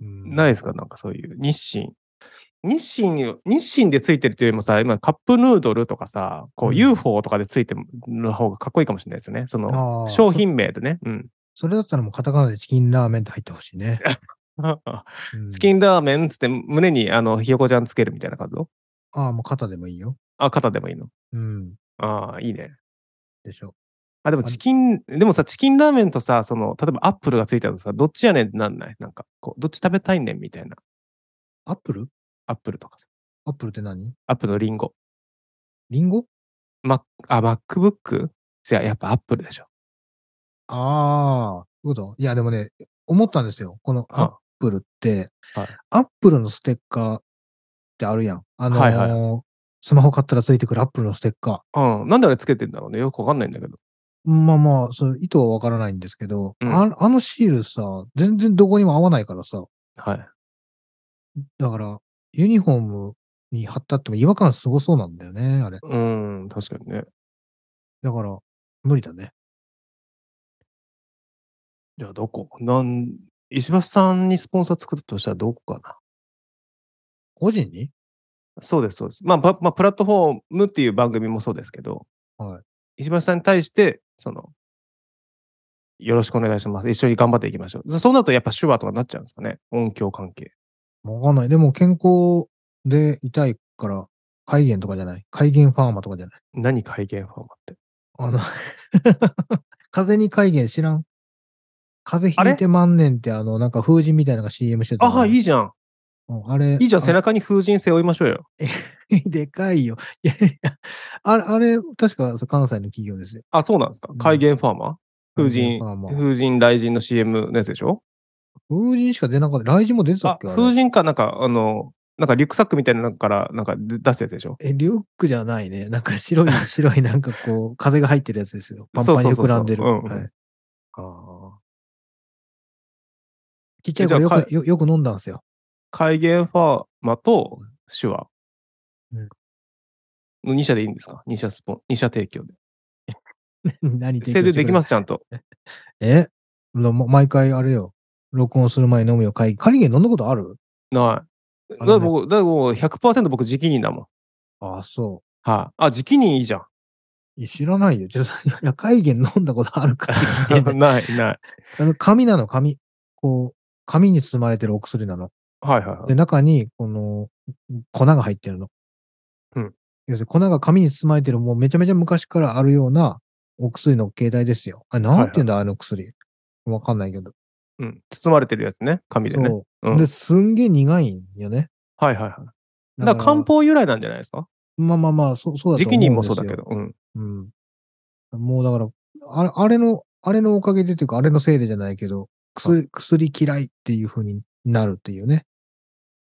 Speaker 1: う
Speaker 2: う。
Speaker 1: ん
Speaker 2: ないですかなんかそういう日清。日清を、日清でついてるというよりもさ、今カップヌードルとかさ、こ
Speaker 1: う
Speaker 2: う、
Speaker 1: ん
Speaker 2: UFO とかでついてる方がかっこいいかもしれないですよね。その、
Speaker 1: あー
Speaker 2: 商品名でね。うん。
Speaker 1: それだったらもうカタカナでチキンラーメンって入ってほしい
Speaker 2: (laughs)
Speaker 1: ね。うん
Speaker 2: チキンラーメンっつって胸にあのひよこちゃんつけるみたいな感じの
Speaker 1: ああ、もう肩でもいいよ。
Speaker 2: あ、肩でもいいの
Speaker 1: うん。
Speaker 2: ああ、いいね。
Speaker 1: でしょ。
Speaker 2: あ、でもチキン、でもさ、チキンラーメンとさ、その、例えばアップルがついたとさ、どっちやねんってなんないなんか、こう、どっち食べたいねんみたいな。
Speaker 1: アップル
Speaker 2: アップルとかさ。
Speaker 1: アップルって何
Speaker 2: アップルのリンゴ。
Speaker 1: リンゴ
Speaker 2: マあ、MacBook? じゃあ、やっぱアップルでしょ。
Speaker 1: ああ、そういうこといや、でもね、思ったんですよ。このアッ
Speaker 2: あ
Speaker 1: プルって、
Speaker 2: はい
Speaker 1: アップルのステッカーってあるやん。あのー
Speaker 2: はいはい
Speaker 1: スマホ買ったらついてくるアップルのステッカ
Speaker 2: うん。なんであれつけてんだろうね。よくわかんないんだけど。
Speaker 1: ー。まあまあ、その意図はわからないんですけど、
Speaker 2: うん
Speaker 1: ああのシールさ、全然どこにも合わないからさ、
Speaker 2: はい。
Speaker 1: だから、ユニフォームに貼ったっても違和感すごそうなんだよね、あれ。
Speaker 2: うん、確かにね。
Speaker 1: だから、無理だね。
Speaker 2: じゃあ、どこなん、石橋さんにスポンサー作ったとしたらどこかな
Speaker 1: 個人に
Speaker 2: そうです、そうです。まあ、ばまあ、プラットフォームっていう番組もそうですけど、
Speaker 1: は
Speaker 2: 石橋さんに対して、その、よろしくお願いします。一緒に頑張っていきましょう。そそうなるとやっぱ手話とかになっちゃうんですかね。音響関係。
Speaker 1: わかんない。でも、健康で痛いから、海源とかじゃない海源ファーマとかじゃない
Speaker 2: 何改元ファーマって。
Speaker 1: あの、 (laughs) 風に改元知らん風邪ひいてまんねんって、あの、なんか風神みたいなのが CM してたの。
Speaker 2: ああ、いいじゃん。
Speaker 1: うんあれ。
Speaker 2: いいじゃん。背
Speaker 1: な
Speaker 2: 中に風神背負いましょうよ。
Speaker 1: (laughs) でかいよ。いやいや。あれ、あれ、確かそう関西の企業ですよ。
Speaker 2: あ、そうなんですか
Speaker 1: う。ん
Speaker 2: 改元ファーマー風神
Speaker 1: 海原ファーマ、
Speaker 2: 風神雷神の CM のやつでしょ
Speaker 1: 風神しか出なかった。来神も出てたっ
Speaker 2: あ、
Speaker 1: けあれ
Speaker 2: 風神かなんか、あの、なんかリュックサックみたいなのから、なんか出出すやつでしょ
Speaker 1: え、リュックじゃないね。なんか白
Speaker 2: (laughs)
Speaker 1: い、白い、なんかこう、風が入ってるやつですよ。パン
Speaker 2: そう
Speaker 1: パン
Speaker 2: そう
Speaker 1: に
Speaker 2: そうそ
Speaker 1: 膨
Speaker 2: う
Speaker 1: らんでる。
Speaker 2: うん
Speaker 1: はい
Speaker 2: ああ。
Speaker 1: ちっちゃい
Speaker 2: じゃあ
Speaker 1: 頃よ
Speaker 2: か
Speaker 1: く、よよく飲んだんですよ。 (laughs)
Speaker 2: 改元ファーマと手話
Speaker 1: うん
Speaker 2: の2社でいいんですか ?2 社スポン、二社提供で。
Speaker 1: 何。
Speaker 2: 制度できますす、ちゃんと。
Speaker 1: えのも毎回あれよ。録音する前に飲むよ。会議、会議飲んだことある
Speaker 2: ない。
Speaker 1: あ
Speaker 2: だ
Speaker 1: のね
Speaker 2: から僕、だからもう100%僕、直任だもん。
Speaker 1: ああ、そ
Speaker 2: はい。あ、直任いい
Speaker 1: (laughs)
Speaker 2: じゃん。
Speaker 1: う。いや知らないよ。ちょっと、 (laughs) いや、会議飲んだことあるから。
Speaker 2: (laughs) ない、ない。
Speaker 1: あの紙なの、紙。こう、紙に包まれてるお薬なの。
Speaker 2: はいはいはい
Speaker 1: で、。中に、この、粉が入ってるの。
Speaker 2: うん。
Speaker 1: 要するに粉が紙に包まれてる、もうめちゃめちゃ昔からあるようなお薬の携帯ですよ。あれ、なんて言うんだ、あの薬。わかんないけど。
Speaker 2: うん。包まれてるやつね。紙でね。
Speaker 1: そうう。
Speaker 2: ん
Speaker 1: で、すんげえ苦いんよね。
Speaker 2: はいはいはい。だから漢方由来なんじゃないですか
Speaker 1: まあまあまあ、そう、そうだと思
Speaker 2: 直
Speaker 1: うんですよ。
Speaker 2: 任もそうだけど。うん。
Speaker 1: うん。もうだから、あれあれの、あれのおかげでというか、あれのせいでじゃないけど、薬薬嫌いっていう風になるっていうね。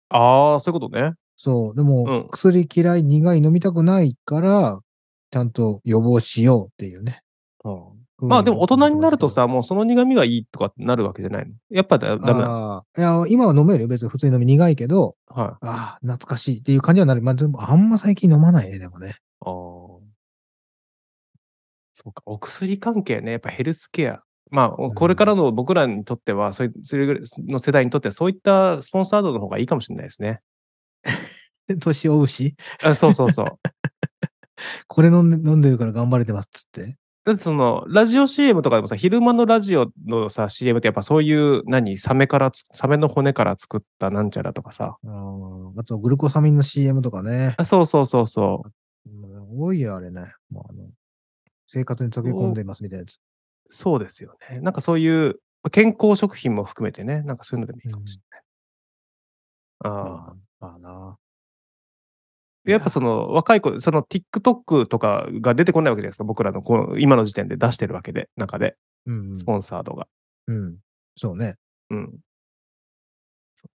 Speaker 2: ああ、そういうことね。
Speaker 1: そう。で
Speaker 2: う
Speaker 1: も
Speaker 2: ん、
Speaker 1: 薬嫌い、苦い、飲みたくないから、ちゃんと予防しようっていうね。
Speaker 2: まあでも大人になるとさ、もうその苦味がいいとかってなるわけじゃないの。やっぱだ
Speaker 1: あー、
Speaker 2: ダメなの。
Speaker 1: いや、今は飲めるよ。別に普通に飲み苦いけど、
Speaker 2: はい。
Speaker 1: ああ、懐かしいっていう感じはなる。まあ、でもあんま最近飲まないね、でもね。 (laughs)
Speaker 2: ああ。そうか、お薬関係ね、やっぱヘルスケア。まあ、お
Speaker 1: うん
Speaker 2: これからの僕らにとっては、そういそれぐらいの世代にとっては、そういったスポンサードの方がいいかもしれないですね。
Speaker 1: 年を追うし、
Speaker 2: あそうそう
Speaker 1: (laughs)
Speaker 2: そう。
Speaker 1: これ飲んで飲んでるから頑張れてますっつって。
Speaker 2: だってその、ラジオ CM とかでもさ、昼間のラジオのさ、CM ってやっぱそういう、何、サメからつ、サメの骨から作ったなんちゃらとかさ。
Speaker 1: あーあと、グルコサミンの CM とかね。
Speaker 2: あそうそうそうそ
Speaker 1: うん多いよ、あれね。もうあの生活に溶け込んでいますみたいなやつ。
Speaker 2: う。そうですよね。なんかそういう、健康食品も含めてね、なんかそういうのでもいいかもしれない。ああ。
Speaker 1: まあな。
Speaker 2: やっぱその若い子、その TikTok とかが出てこないわけじゃないですか、僕らのこの今の時点で出してるわけで、中で、
Speaker 1: うん、
Speaker 2: スポンサードが。
Speaker 1: うん。そうね。
Speaker 2: うん。そ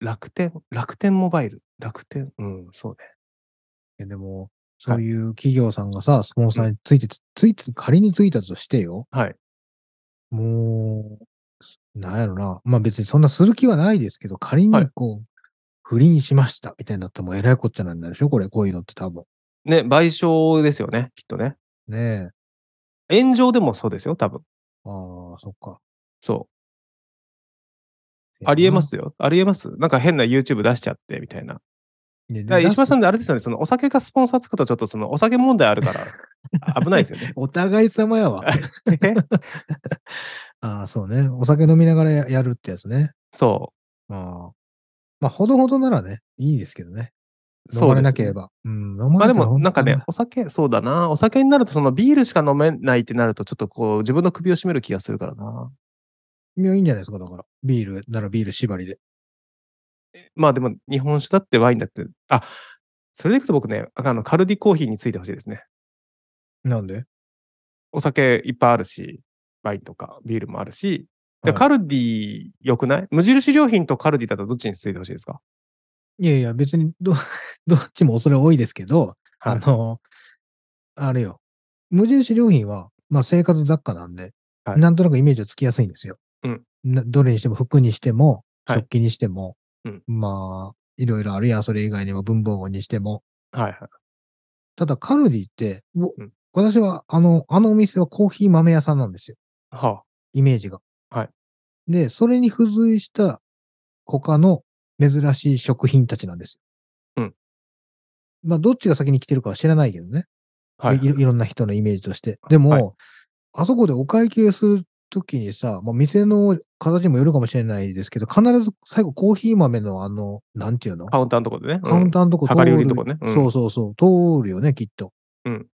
Speaker 2: う楽天、楽天モバイル、楽天、うん、そうね。
Speaker 1: いやでも、そういう企業さんがさ、スポンサーについてつ、ついて、仮についたとしてよ。
Speaker 2: はい。
Speaker 1: もう、なんやろな。まあ別にそんなする気はないですけど、仮にこう、不倫しましたみたいになってもえらいこっちゃなんでしょこれ、こういうのって多分。
Speaker 2: ね、賠償ですよね、きっとね。
Speaker 1: ねえ。
Speaker 2: 炎上でもそうですよ、多分。
Speaker 1: ああ、そっか。。
Speaker 2: そう。ありえますすよ。ありえます。なんか変な YouTube 出しちゃって、みたいな。
Speaker 1: ね
Speaker 2: だから石破さ
Speaker 1: ん
Speaker 2: んであれですよね、そのお酒がスポンサーつくと、ちょっとそのお
Speaker 1: (laughs)。
Speaker 2: 酒問題あるから、危ないですよね
Speaker 1: お互い様やわ。
Speaker 2: え
Speaker 1: ああ、そうね。お酒飲みながらややるってやつね。
Speaker 2: そ
Speaker 1: ああ。まあ、ほどほどならね、いいですけどね。
Speaker 2: う。
Speaker 1: 飲まれなけ
Speaker 2: ば
Speaker 1: れば。うん、飲
Speaker 2: ま
Speaker 1: ま
Speaker 2: あ
Speaker 1: れ
Speaker 2: で
Speaker 1: たら
Speaker 2: もなんかね
Speaker 1: 本、
Speaker 2: お酒、そうだな。お酒になると、そのビールしか飲めないってなると、ちょっとこう、自分の首を絞める気がするからな。
Speaker 1: 当に、いやいいんじゃないですか、だから。ビールならビール縛りで。
Speaker 2: まあでも、日本酒だってワインだって、あ、それでいくと僕ね、あの、カルディコーヒーについてほしいですね。
Speaker 1: なんで
Speaker 2: お酒いっぱいあるし、ワインとかビールもあるし、で
Speaker 1: はい
Speaker 2: カルディ良くない無印良品とカルディだったらどっちについてほしいですか
Speaker 1: いやいや、別にど、 (laughs) どっちも恐れ多いですけど、
Speaker 2: は
Speaker 1: あ
Speaker 2: い
Speaker 1: の、あれよ。無印良品は、まあ生活雑貨なんで、
Speaker 2: はい
Speaker 1: なんとなくイメージはつきやすいんですよ。
Speaker 2: うん
Speaker 1: などれにしても、服にしても、
Speaker 2: はい
Speaker 1: 食器にしても、
Speaker 2: うん
Speaker 1: まあ、いろいろあるやん、それ以外にも文房具にしても。
Speaker 2: はいはい。
Speaker 1: ただ、カルディって、お
Speaker 2: うん
Speaker 1: 私は、あの、あのお店はコーヒー豆屋さんなんですよ。
Speaker 2: は
Speaker 1: イメージが。
Speaker 2: はい
Speaker 1: で、それに付随した他の珍しい食品たちなんですよ。
Speaker 2: うん。
Speaker 1: まあ、どっちが先に来てるかは知らないけどね。
Speaker 2: あ、はい
Speaker 1: い、いろんな人のイメージとして。でも、
Speaker 2: はい
Speaker 1: あそこでお会計するときにさ、まあ、店の形にもよるかもしれないですけど、必ず最後コーヒー豆のあの、なんていうの
Speaker 2: カウンターのとこでね。
Speaker 1: カウン
Speaker 2: ー、
Speaker 1: ターのとこ通
Speaker 2: 量り売
Speaker 1: る。
Speaker 2: りのとこねうん
Speaker 1: そうそうそう。通るよね、きっと。
Speaker 2: うん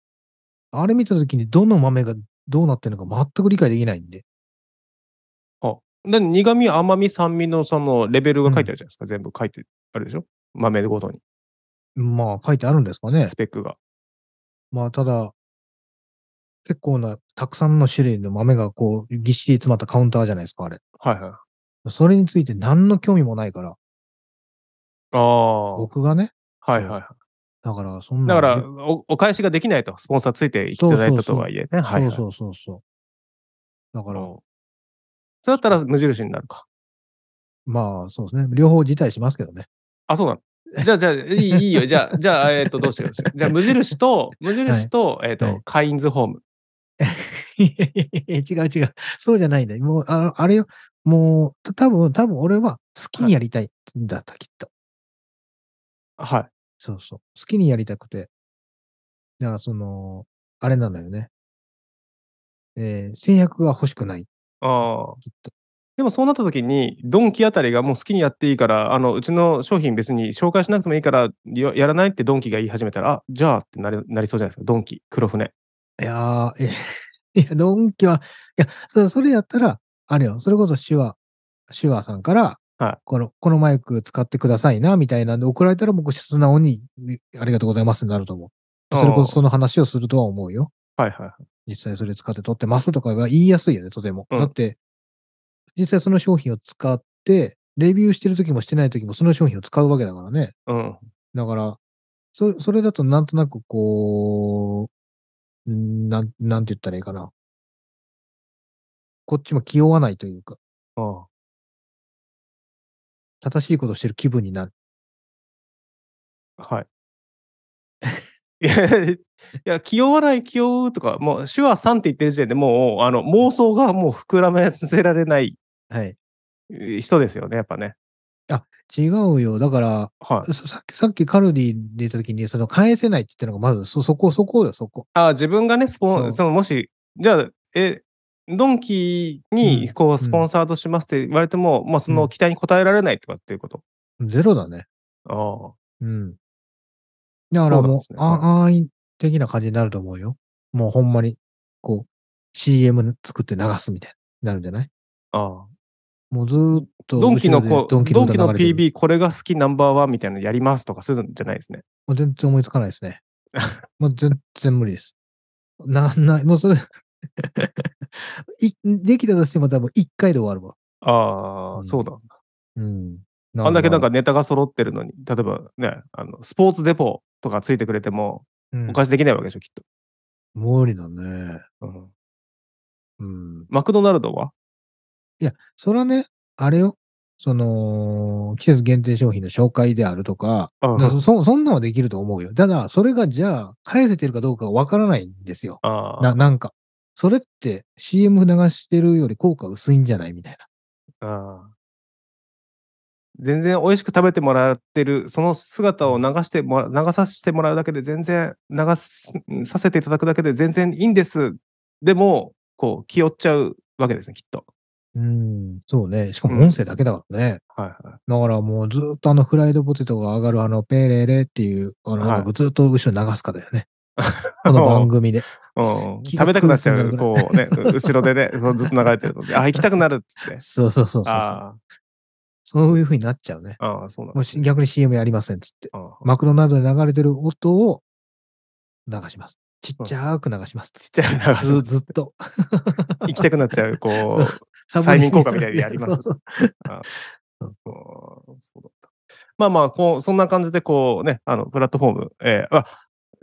Speaker 1: あれ見たときに、どの豆がどうなってるのか全く理解できないんで。
Speaker 2: うんで苦味、甘み、酸味のそのレベルが書いてあるじゃないですか。全部書いてあるでしょ豆ごとに、
Speaker 1: まあ、書いてあるんですかね
Speaker 2: ス。ペックが。
Speaker 1: まあ、ただ、結構な、たくさんの種類の豆がこう、ぎっしり詰まったカウンターじゃないですか、あれ。
Speaker 2: はいはい。
Speaker 1: それについて何の興味もないから、
Speaker 2: ああ。はい
Speaker 1: 僕がね、
Speaker 2: はいはい。
Speaker 1: だから、そんな
Speaker 2: だ
Speaker 1: ん
Speaker 2: からお、お返しができないと、スポンサーついていただいたとはいえね。はい、
Speaker 1: そ
Speaker 2: は
Speaker 1: う
Speaker 2: い。
Speaker 1: そうそうそう。だから、
Speaker 2: そうそうだったら無印になるか。
Speaker 1: まあ、そうですね。両方辞退しますけどね。 (laughs)
Speaker 2: あ、そうなの。じゃあ、じゃあ、いいいいよ。じゃあ、じゃあ、えっ、と、どうしよう。じゃあ、無印と、無印と、えっ、と、
Speaker 1: はい
Speaker 2: カインズホーム。
Speaker 1: いやいやいや違う違う。そうじゃないんだよ。もう、あのあれよ。もう、た多分多分俺は好きにやりたいんだった、きっと。
Speaker 2: はい。
Speaker 1: そうそう。好きにやりたくて。だから、その、あれなのよね。えー制約が欲しくない。
Speaker 2: ああ。
Speaker 1: きっと。
Speaker 2: でもそうなった時に、ドンキあたりがもう好きにやっていいから、あの、うちの商品別に紹介しなくてもいいから、ややらないってドンキが言い始めたら、あ、じゃあってなりなりそうじゃないですか。ドンキ、黒船。
Speaker 1: いやー、え (laughs) いや、ドンキは、いや、そそれやったら、あれよ。それこそ手話、手話さんから、
Speaker 2: はい
Speaker 1: この、このマイク使ってくださいな、みたいなんで送られたら僕、素直に、ありがとうございますになると思う。それこそその話をするとは思うよ。
Speaker 2: はいはいはい。
Speaker 1: 実際それ使って撮ってますとかが言いやすいよね、とても。
Speaker 2: うん
Speaker 1: だって、実際その商品を使って、レビューしてる時もしてない時もその商品を使うわけだからね。
Speaker 2: うん。
Speaker 1: だから、そそれだとなんとなくこう、んなん、なんて言ったらいいかな。こっちも気負わないというか、
Speaker 2: ああ。
Speaker 1: 正しいことしてる気分になる。
Speaker 2: (laughs) はい。いや、いや気負わない、気負うとか、もう、手話3って言ってる時点でもう、あの、妄想がもう膨らませられない
Speaker 1: はい。
Speaker 2: えー人ですよね、やっぱね。
Speaker 1: 違うよ。だから、
Speaker 2: はい。
Speaker 1: ささっき、さっきカルディで言った時に、その返せないって言ったのが、まず、そ、そこ、そこよ、そこ。
Speaker 2: あ自分がね、スポ
Speaker 1: そ
Speaker 2: ン、
Speaker 1: う
Speaker 2: その、もし、じゃあ、え、ドンキに
Speaker 1: うん、
Speaker 2: こ
Speaker 1: ん
Speaker 2: う、スポンサードしますって言われても、まあ、そ
Speaker 1: うん
Speaker 2: の期待に応えられないとかっていうこと。
Speaker 1: ゼロだね。
Speaker 2: あ
Speaker 1: うん。だから
Speaker 2: そうな
Speaker 1: も
Speaker 2: んで
Speaker 1: う、
Speaker 2: すねはい
Speaker 1: あ安易的な感じになると思うよ。もうほんまに、こう、CM 作って流すみたいになるんじゃない
Speaker 2: あ。ああ。
Speaker 1: もうずーっと、
Speaker 2: ドンキの、こう、ドンキの
Speaker 1: 歌流れてる
Speaker 2: PB、これが好きナンバーワンみたいなのやりますとかするんじゃないですね。
Speaker 1: もう全然思いつかないですね。
Speaker 2: (laughs)
Speaker 1: もう全然無理です。なんない、もうそれ (laughs) い、できたとしても多分一回で終わるわ。
Speaker 2: あ
Speaker 1: う
Speaker 2: あ、
Speaker 1: ん
Speaker 2: そうだ。
Speaker 1: うん。
Speaker 2: あんだけなん
Speaker 1: か、
Speaker 2: かネタが揃ってるのに、例えばね、あのスポーツデポとかついてくれても、
Speaker 1: うん
Speaker 2: お返しできないわけでしょ、きっと。
Speaker 1: 無理だね。
Speaker 2: うん
Speaker 1: うん。
Speaker 2: マクドナルドはい
Speaker 1: や、それはね、あれよ。その、季節限定商品の紹介であるとか、
Speaker 2: あ
Speaker 1: だからそそんなんはできると思うよ。ただ、それがじゃあ、返せてるかどうかわからないんですよ。
Speaker 2: あ
Speaker 1: な、なんか。それって CM 流してるより効果薄いんじゃないみたいな。
Speaker 2: あ全然美味しく食べてもらってる、その姿を流してもら、流させてもらうだけで全然、流すさせていただくだけで全然いいんです。でも、こう、気負っちゃうわけですね、きっと。
Speaker 1: うん、そうね。しか
Speaker 2: うん
Speaker 1: も音声だけだからね。
Speaker 2: はいはい。
Speaker 1: だからもうずーっとあのフライドポテトが上がるあのペーレレっていう、あの
Speaker 2: はい
Speaker 1: 音楽ずーっと後ろに流すかだよ
Speaker 2: (laughs)
Speaker 1: ね。この番組で。
Speaker 2: うん、
Speaker 1: 気が
Speaker 2: 食べたくなっちゃ
Speaker 1: 狂
Speaker 2: う、
Speaker 1: いそう
Speaker 2: こうね、う後ろでね、そうずっと流れてるので、あ、行きたくなるっつっ
Speaker 1: (laughs)
Speaker 2: て。
Speaker 1: そうそうそうそうそう。
Speaker 2: あ
Speaker 1: そういう風になっちゃうね。
Speaker 2: あ、ああ、そうなん
Speaker 1: もう
Speaker 2: だ。
Speaker 1: し逆に CM やりませんっつって。
Speaker 2: ああ
Speaker 1: マクドナルドで流れてる音を流します。ちっちゃーく流します。
Speaker 2: ちっちゃいな
Speaker 1: ずーずっ
Speaker 2: (laughs)
Speaker 1: と。
Speaker 2: 行きたくなっちゃう、
Speaker 1: (laughs)
Speaker 2: こう、
Speaker 1: サブリミナル
Speaker 2: 催眠効果みたいにやりま
Speaker 1: そ
Speaker 2: す
Speaker 1: うそう
Speaker 2: あーそうだった。まあまあ、こう、そんな感じで、こうね、あの、プラットフォーム、えー、あ、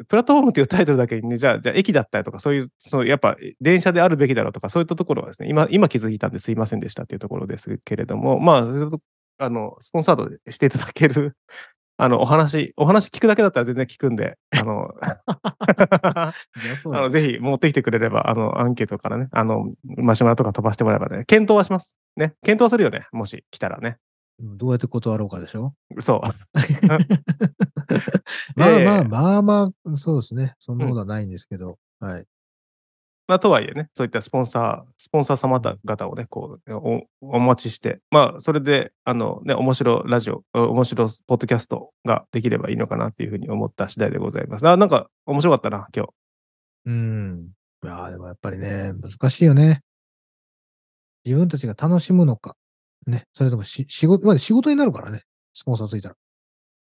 Speaker 2: プラットフォームっていうタイトルだけに、ね、じゃあ、じゃあ駅だったりとか、そういう、そうやっぱ、え電車であるべきだろうとか、そういったところはですね、今、今気づいたんですいませんでしたっていうところですけれども、まあ、そういうとあの、スポンサードしていただける、あの、お話、お話聞くだけだったら全然聞くんで、あの、 (laughs)
Speaker 1: いやそう
Speaker 2: あ
Speaker 1: だ
Speaker 2: の
Speaker 1: よ
Speaker 2: ぜひ持ってきてくれれば、あの、アンケートからね、あの、マシュマロとか飛ばしてもらえばね、検討はします。ね、検討するよね、もし来たらね。
Speaker 1: うんどうやって断ろうかでしょ
Speaker 2: そう。
Speaker 1: (laughs) まあ
Speaker 2: ええ
Speaker 1: まあまあまあ、そうですね。そんなことはないんですけど。はい。
Speaker 2: まあ、とはいえね、そういったスポンサー、スポンサー様方をね、こう、おお待ちして、まあ、それで、あのね、面白ラジオ、お面白ポッドキャストができればいいのかなっていうふうに思った次第でございます。あ、なんか、面白かったな、今日。
Speaker 1: うん。いやーでもやっぱりね、難しいよね。自分たちが楽しむのか。ね。それともし仕事、まあ仕事になるからね。スポンサーついたら。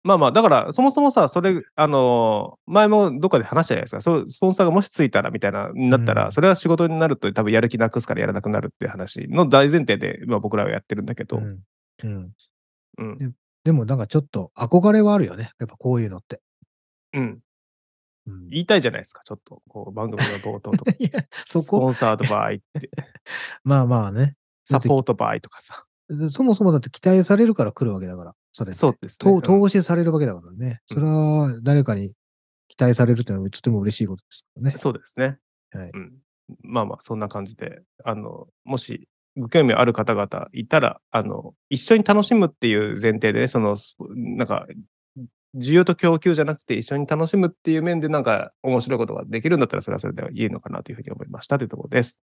Speaker 2: まあまあ、だから、そもそもさ、それ、あのー前もどっかで話したじゃないですか、そうスポンサーがもしついたらみたいな、なったら、
Speaker 1: うん
Speaker 2: それは仕事になると、多分やる気なくすからやらなくなるっていう話の大前提で、まあ、僕らはやってるんだけど、
Speaker 1: ん。うん。
Speaker 2: うん、
Speaker 1: でもなんかちょっと憧れはあるよね。やっぱこういうのって。
Speaker 2: うん、
Speaker 1: うん、
Speaker 2: 言いたいじゃないですか、ちょっと、こう、番組の冒頭とか。
Speaker 1: (laughs) いや、 (laughs) そ
Speaker 2: スポ
Speaker 1: こ、
Speaker 2: ンサードバイって、
Speaker 1: まあまあね。
Speaker 2: サポートバイとかさ。
Speaker 1: そもそもだって期待されるから来るわけだから。それって
Speaker 2: そうですね。
Speaker 1: 投
Speaker 2: うん
Speaker 1: 投資されるわけだからね。
Speaker 2: うん
Speaker 1: それは誰かに期待されるっていうのはとても嬉しいことですよね。
Speaker 2: そうですね。
Speaker 1: はい
Speaker 2: うん、まあまあ、そんな感じで、あの、もし、ご興味ある方々いたら、あの、一緒に楽しむっていう前提でね、その、すなんか、需要と供給じゃなくて、一緒に楽しむっていう面で、なんか、面白いことができるんだったら、それはそれでいいのかなというふうに思いましたというところです。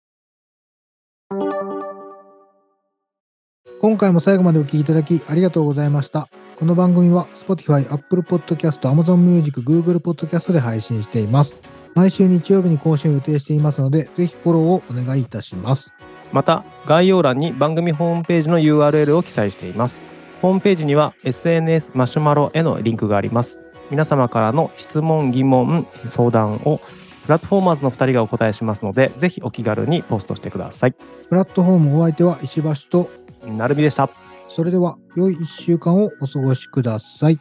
Speaker 1: 今回も最後までお聞きいただきありがとうございました。この番組は Spotify、Apple Podcast、Amazon Music、Google Podcast で配信しています。毎週日曜日に更新を予定していますので、ぜひフォローをお願いいたします。
Speaker 2: また概要欄に番組ホームページの URL を記載していますホームページには SNS マシュマロへのリンクがあります皆様からの質問疑問相談をプラットフォーマーズの2人がお答えしますのでぜひお気軽にポストしてください
Speaker 1: プラットフォームお相手は石橋と、
Speaker 2: なるみでした
Speaker 1: それでは良い1週間をお過ごしください。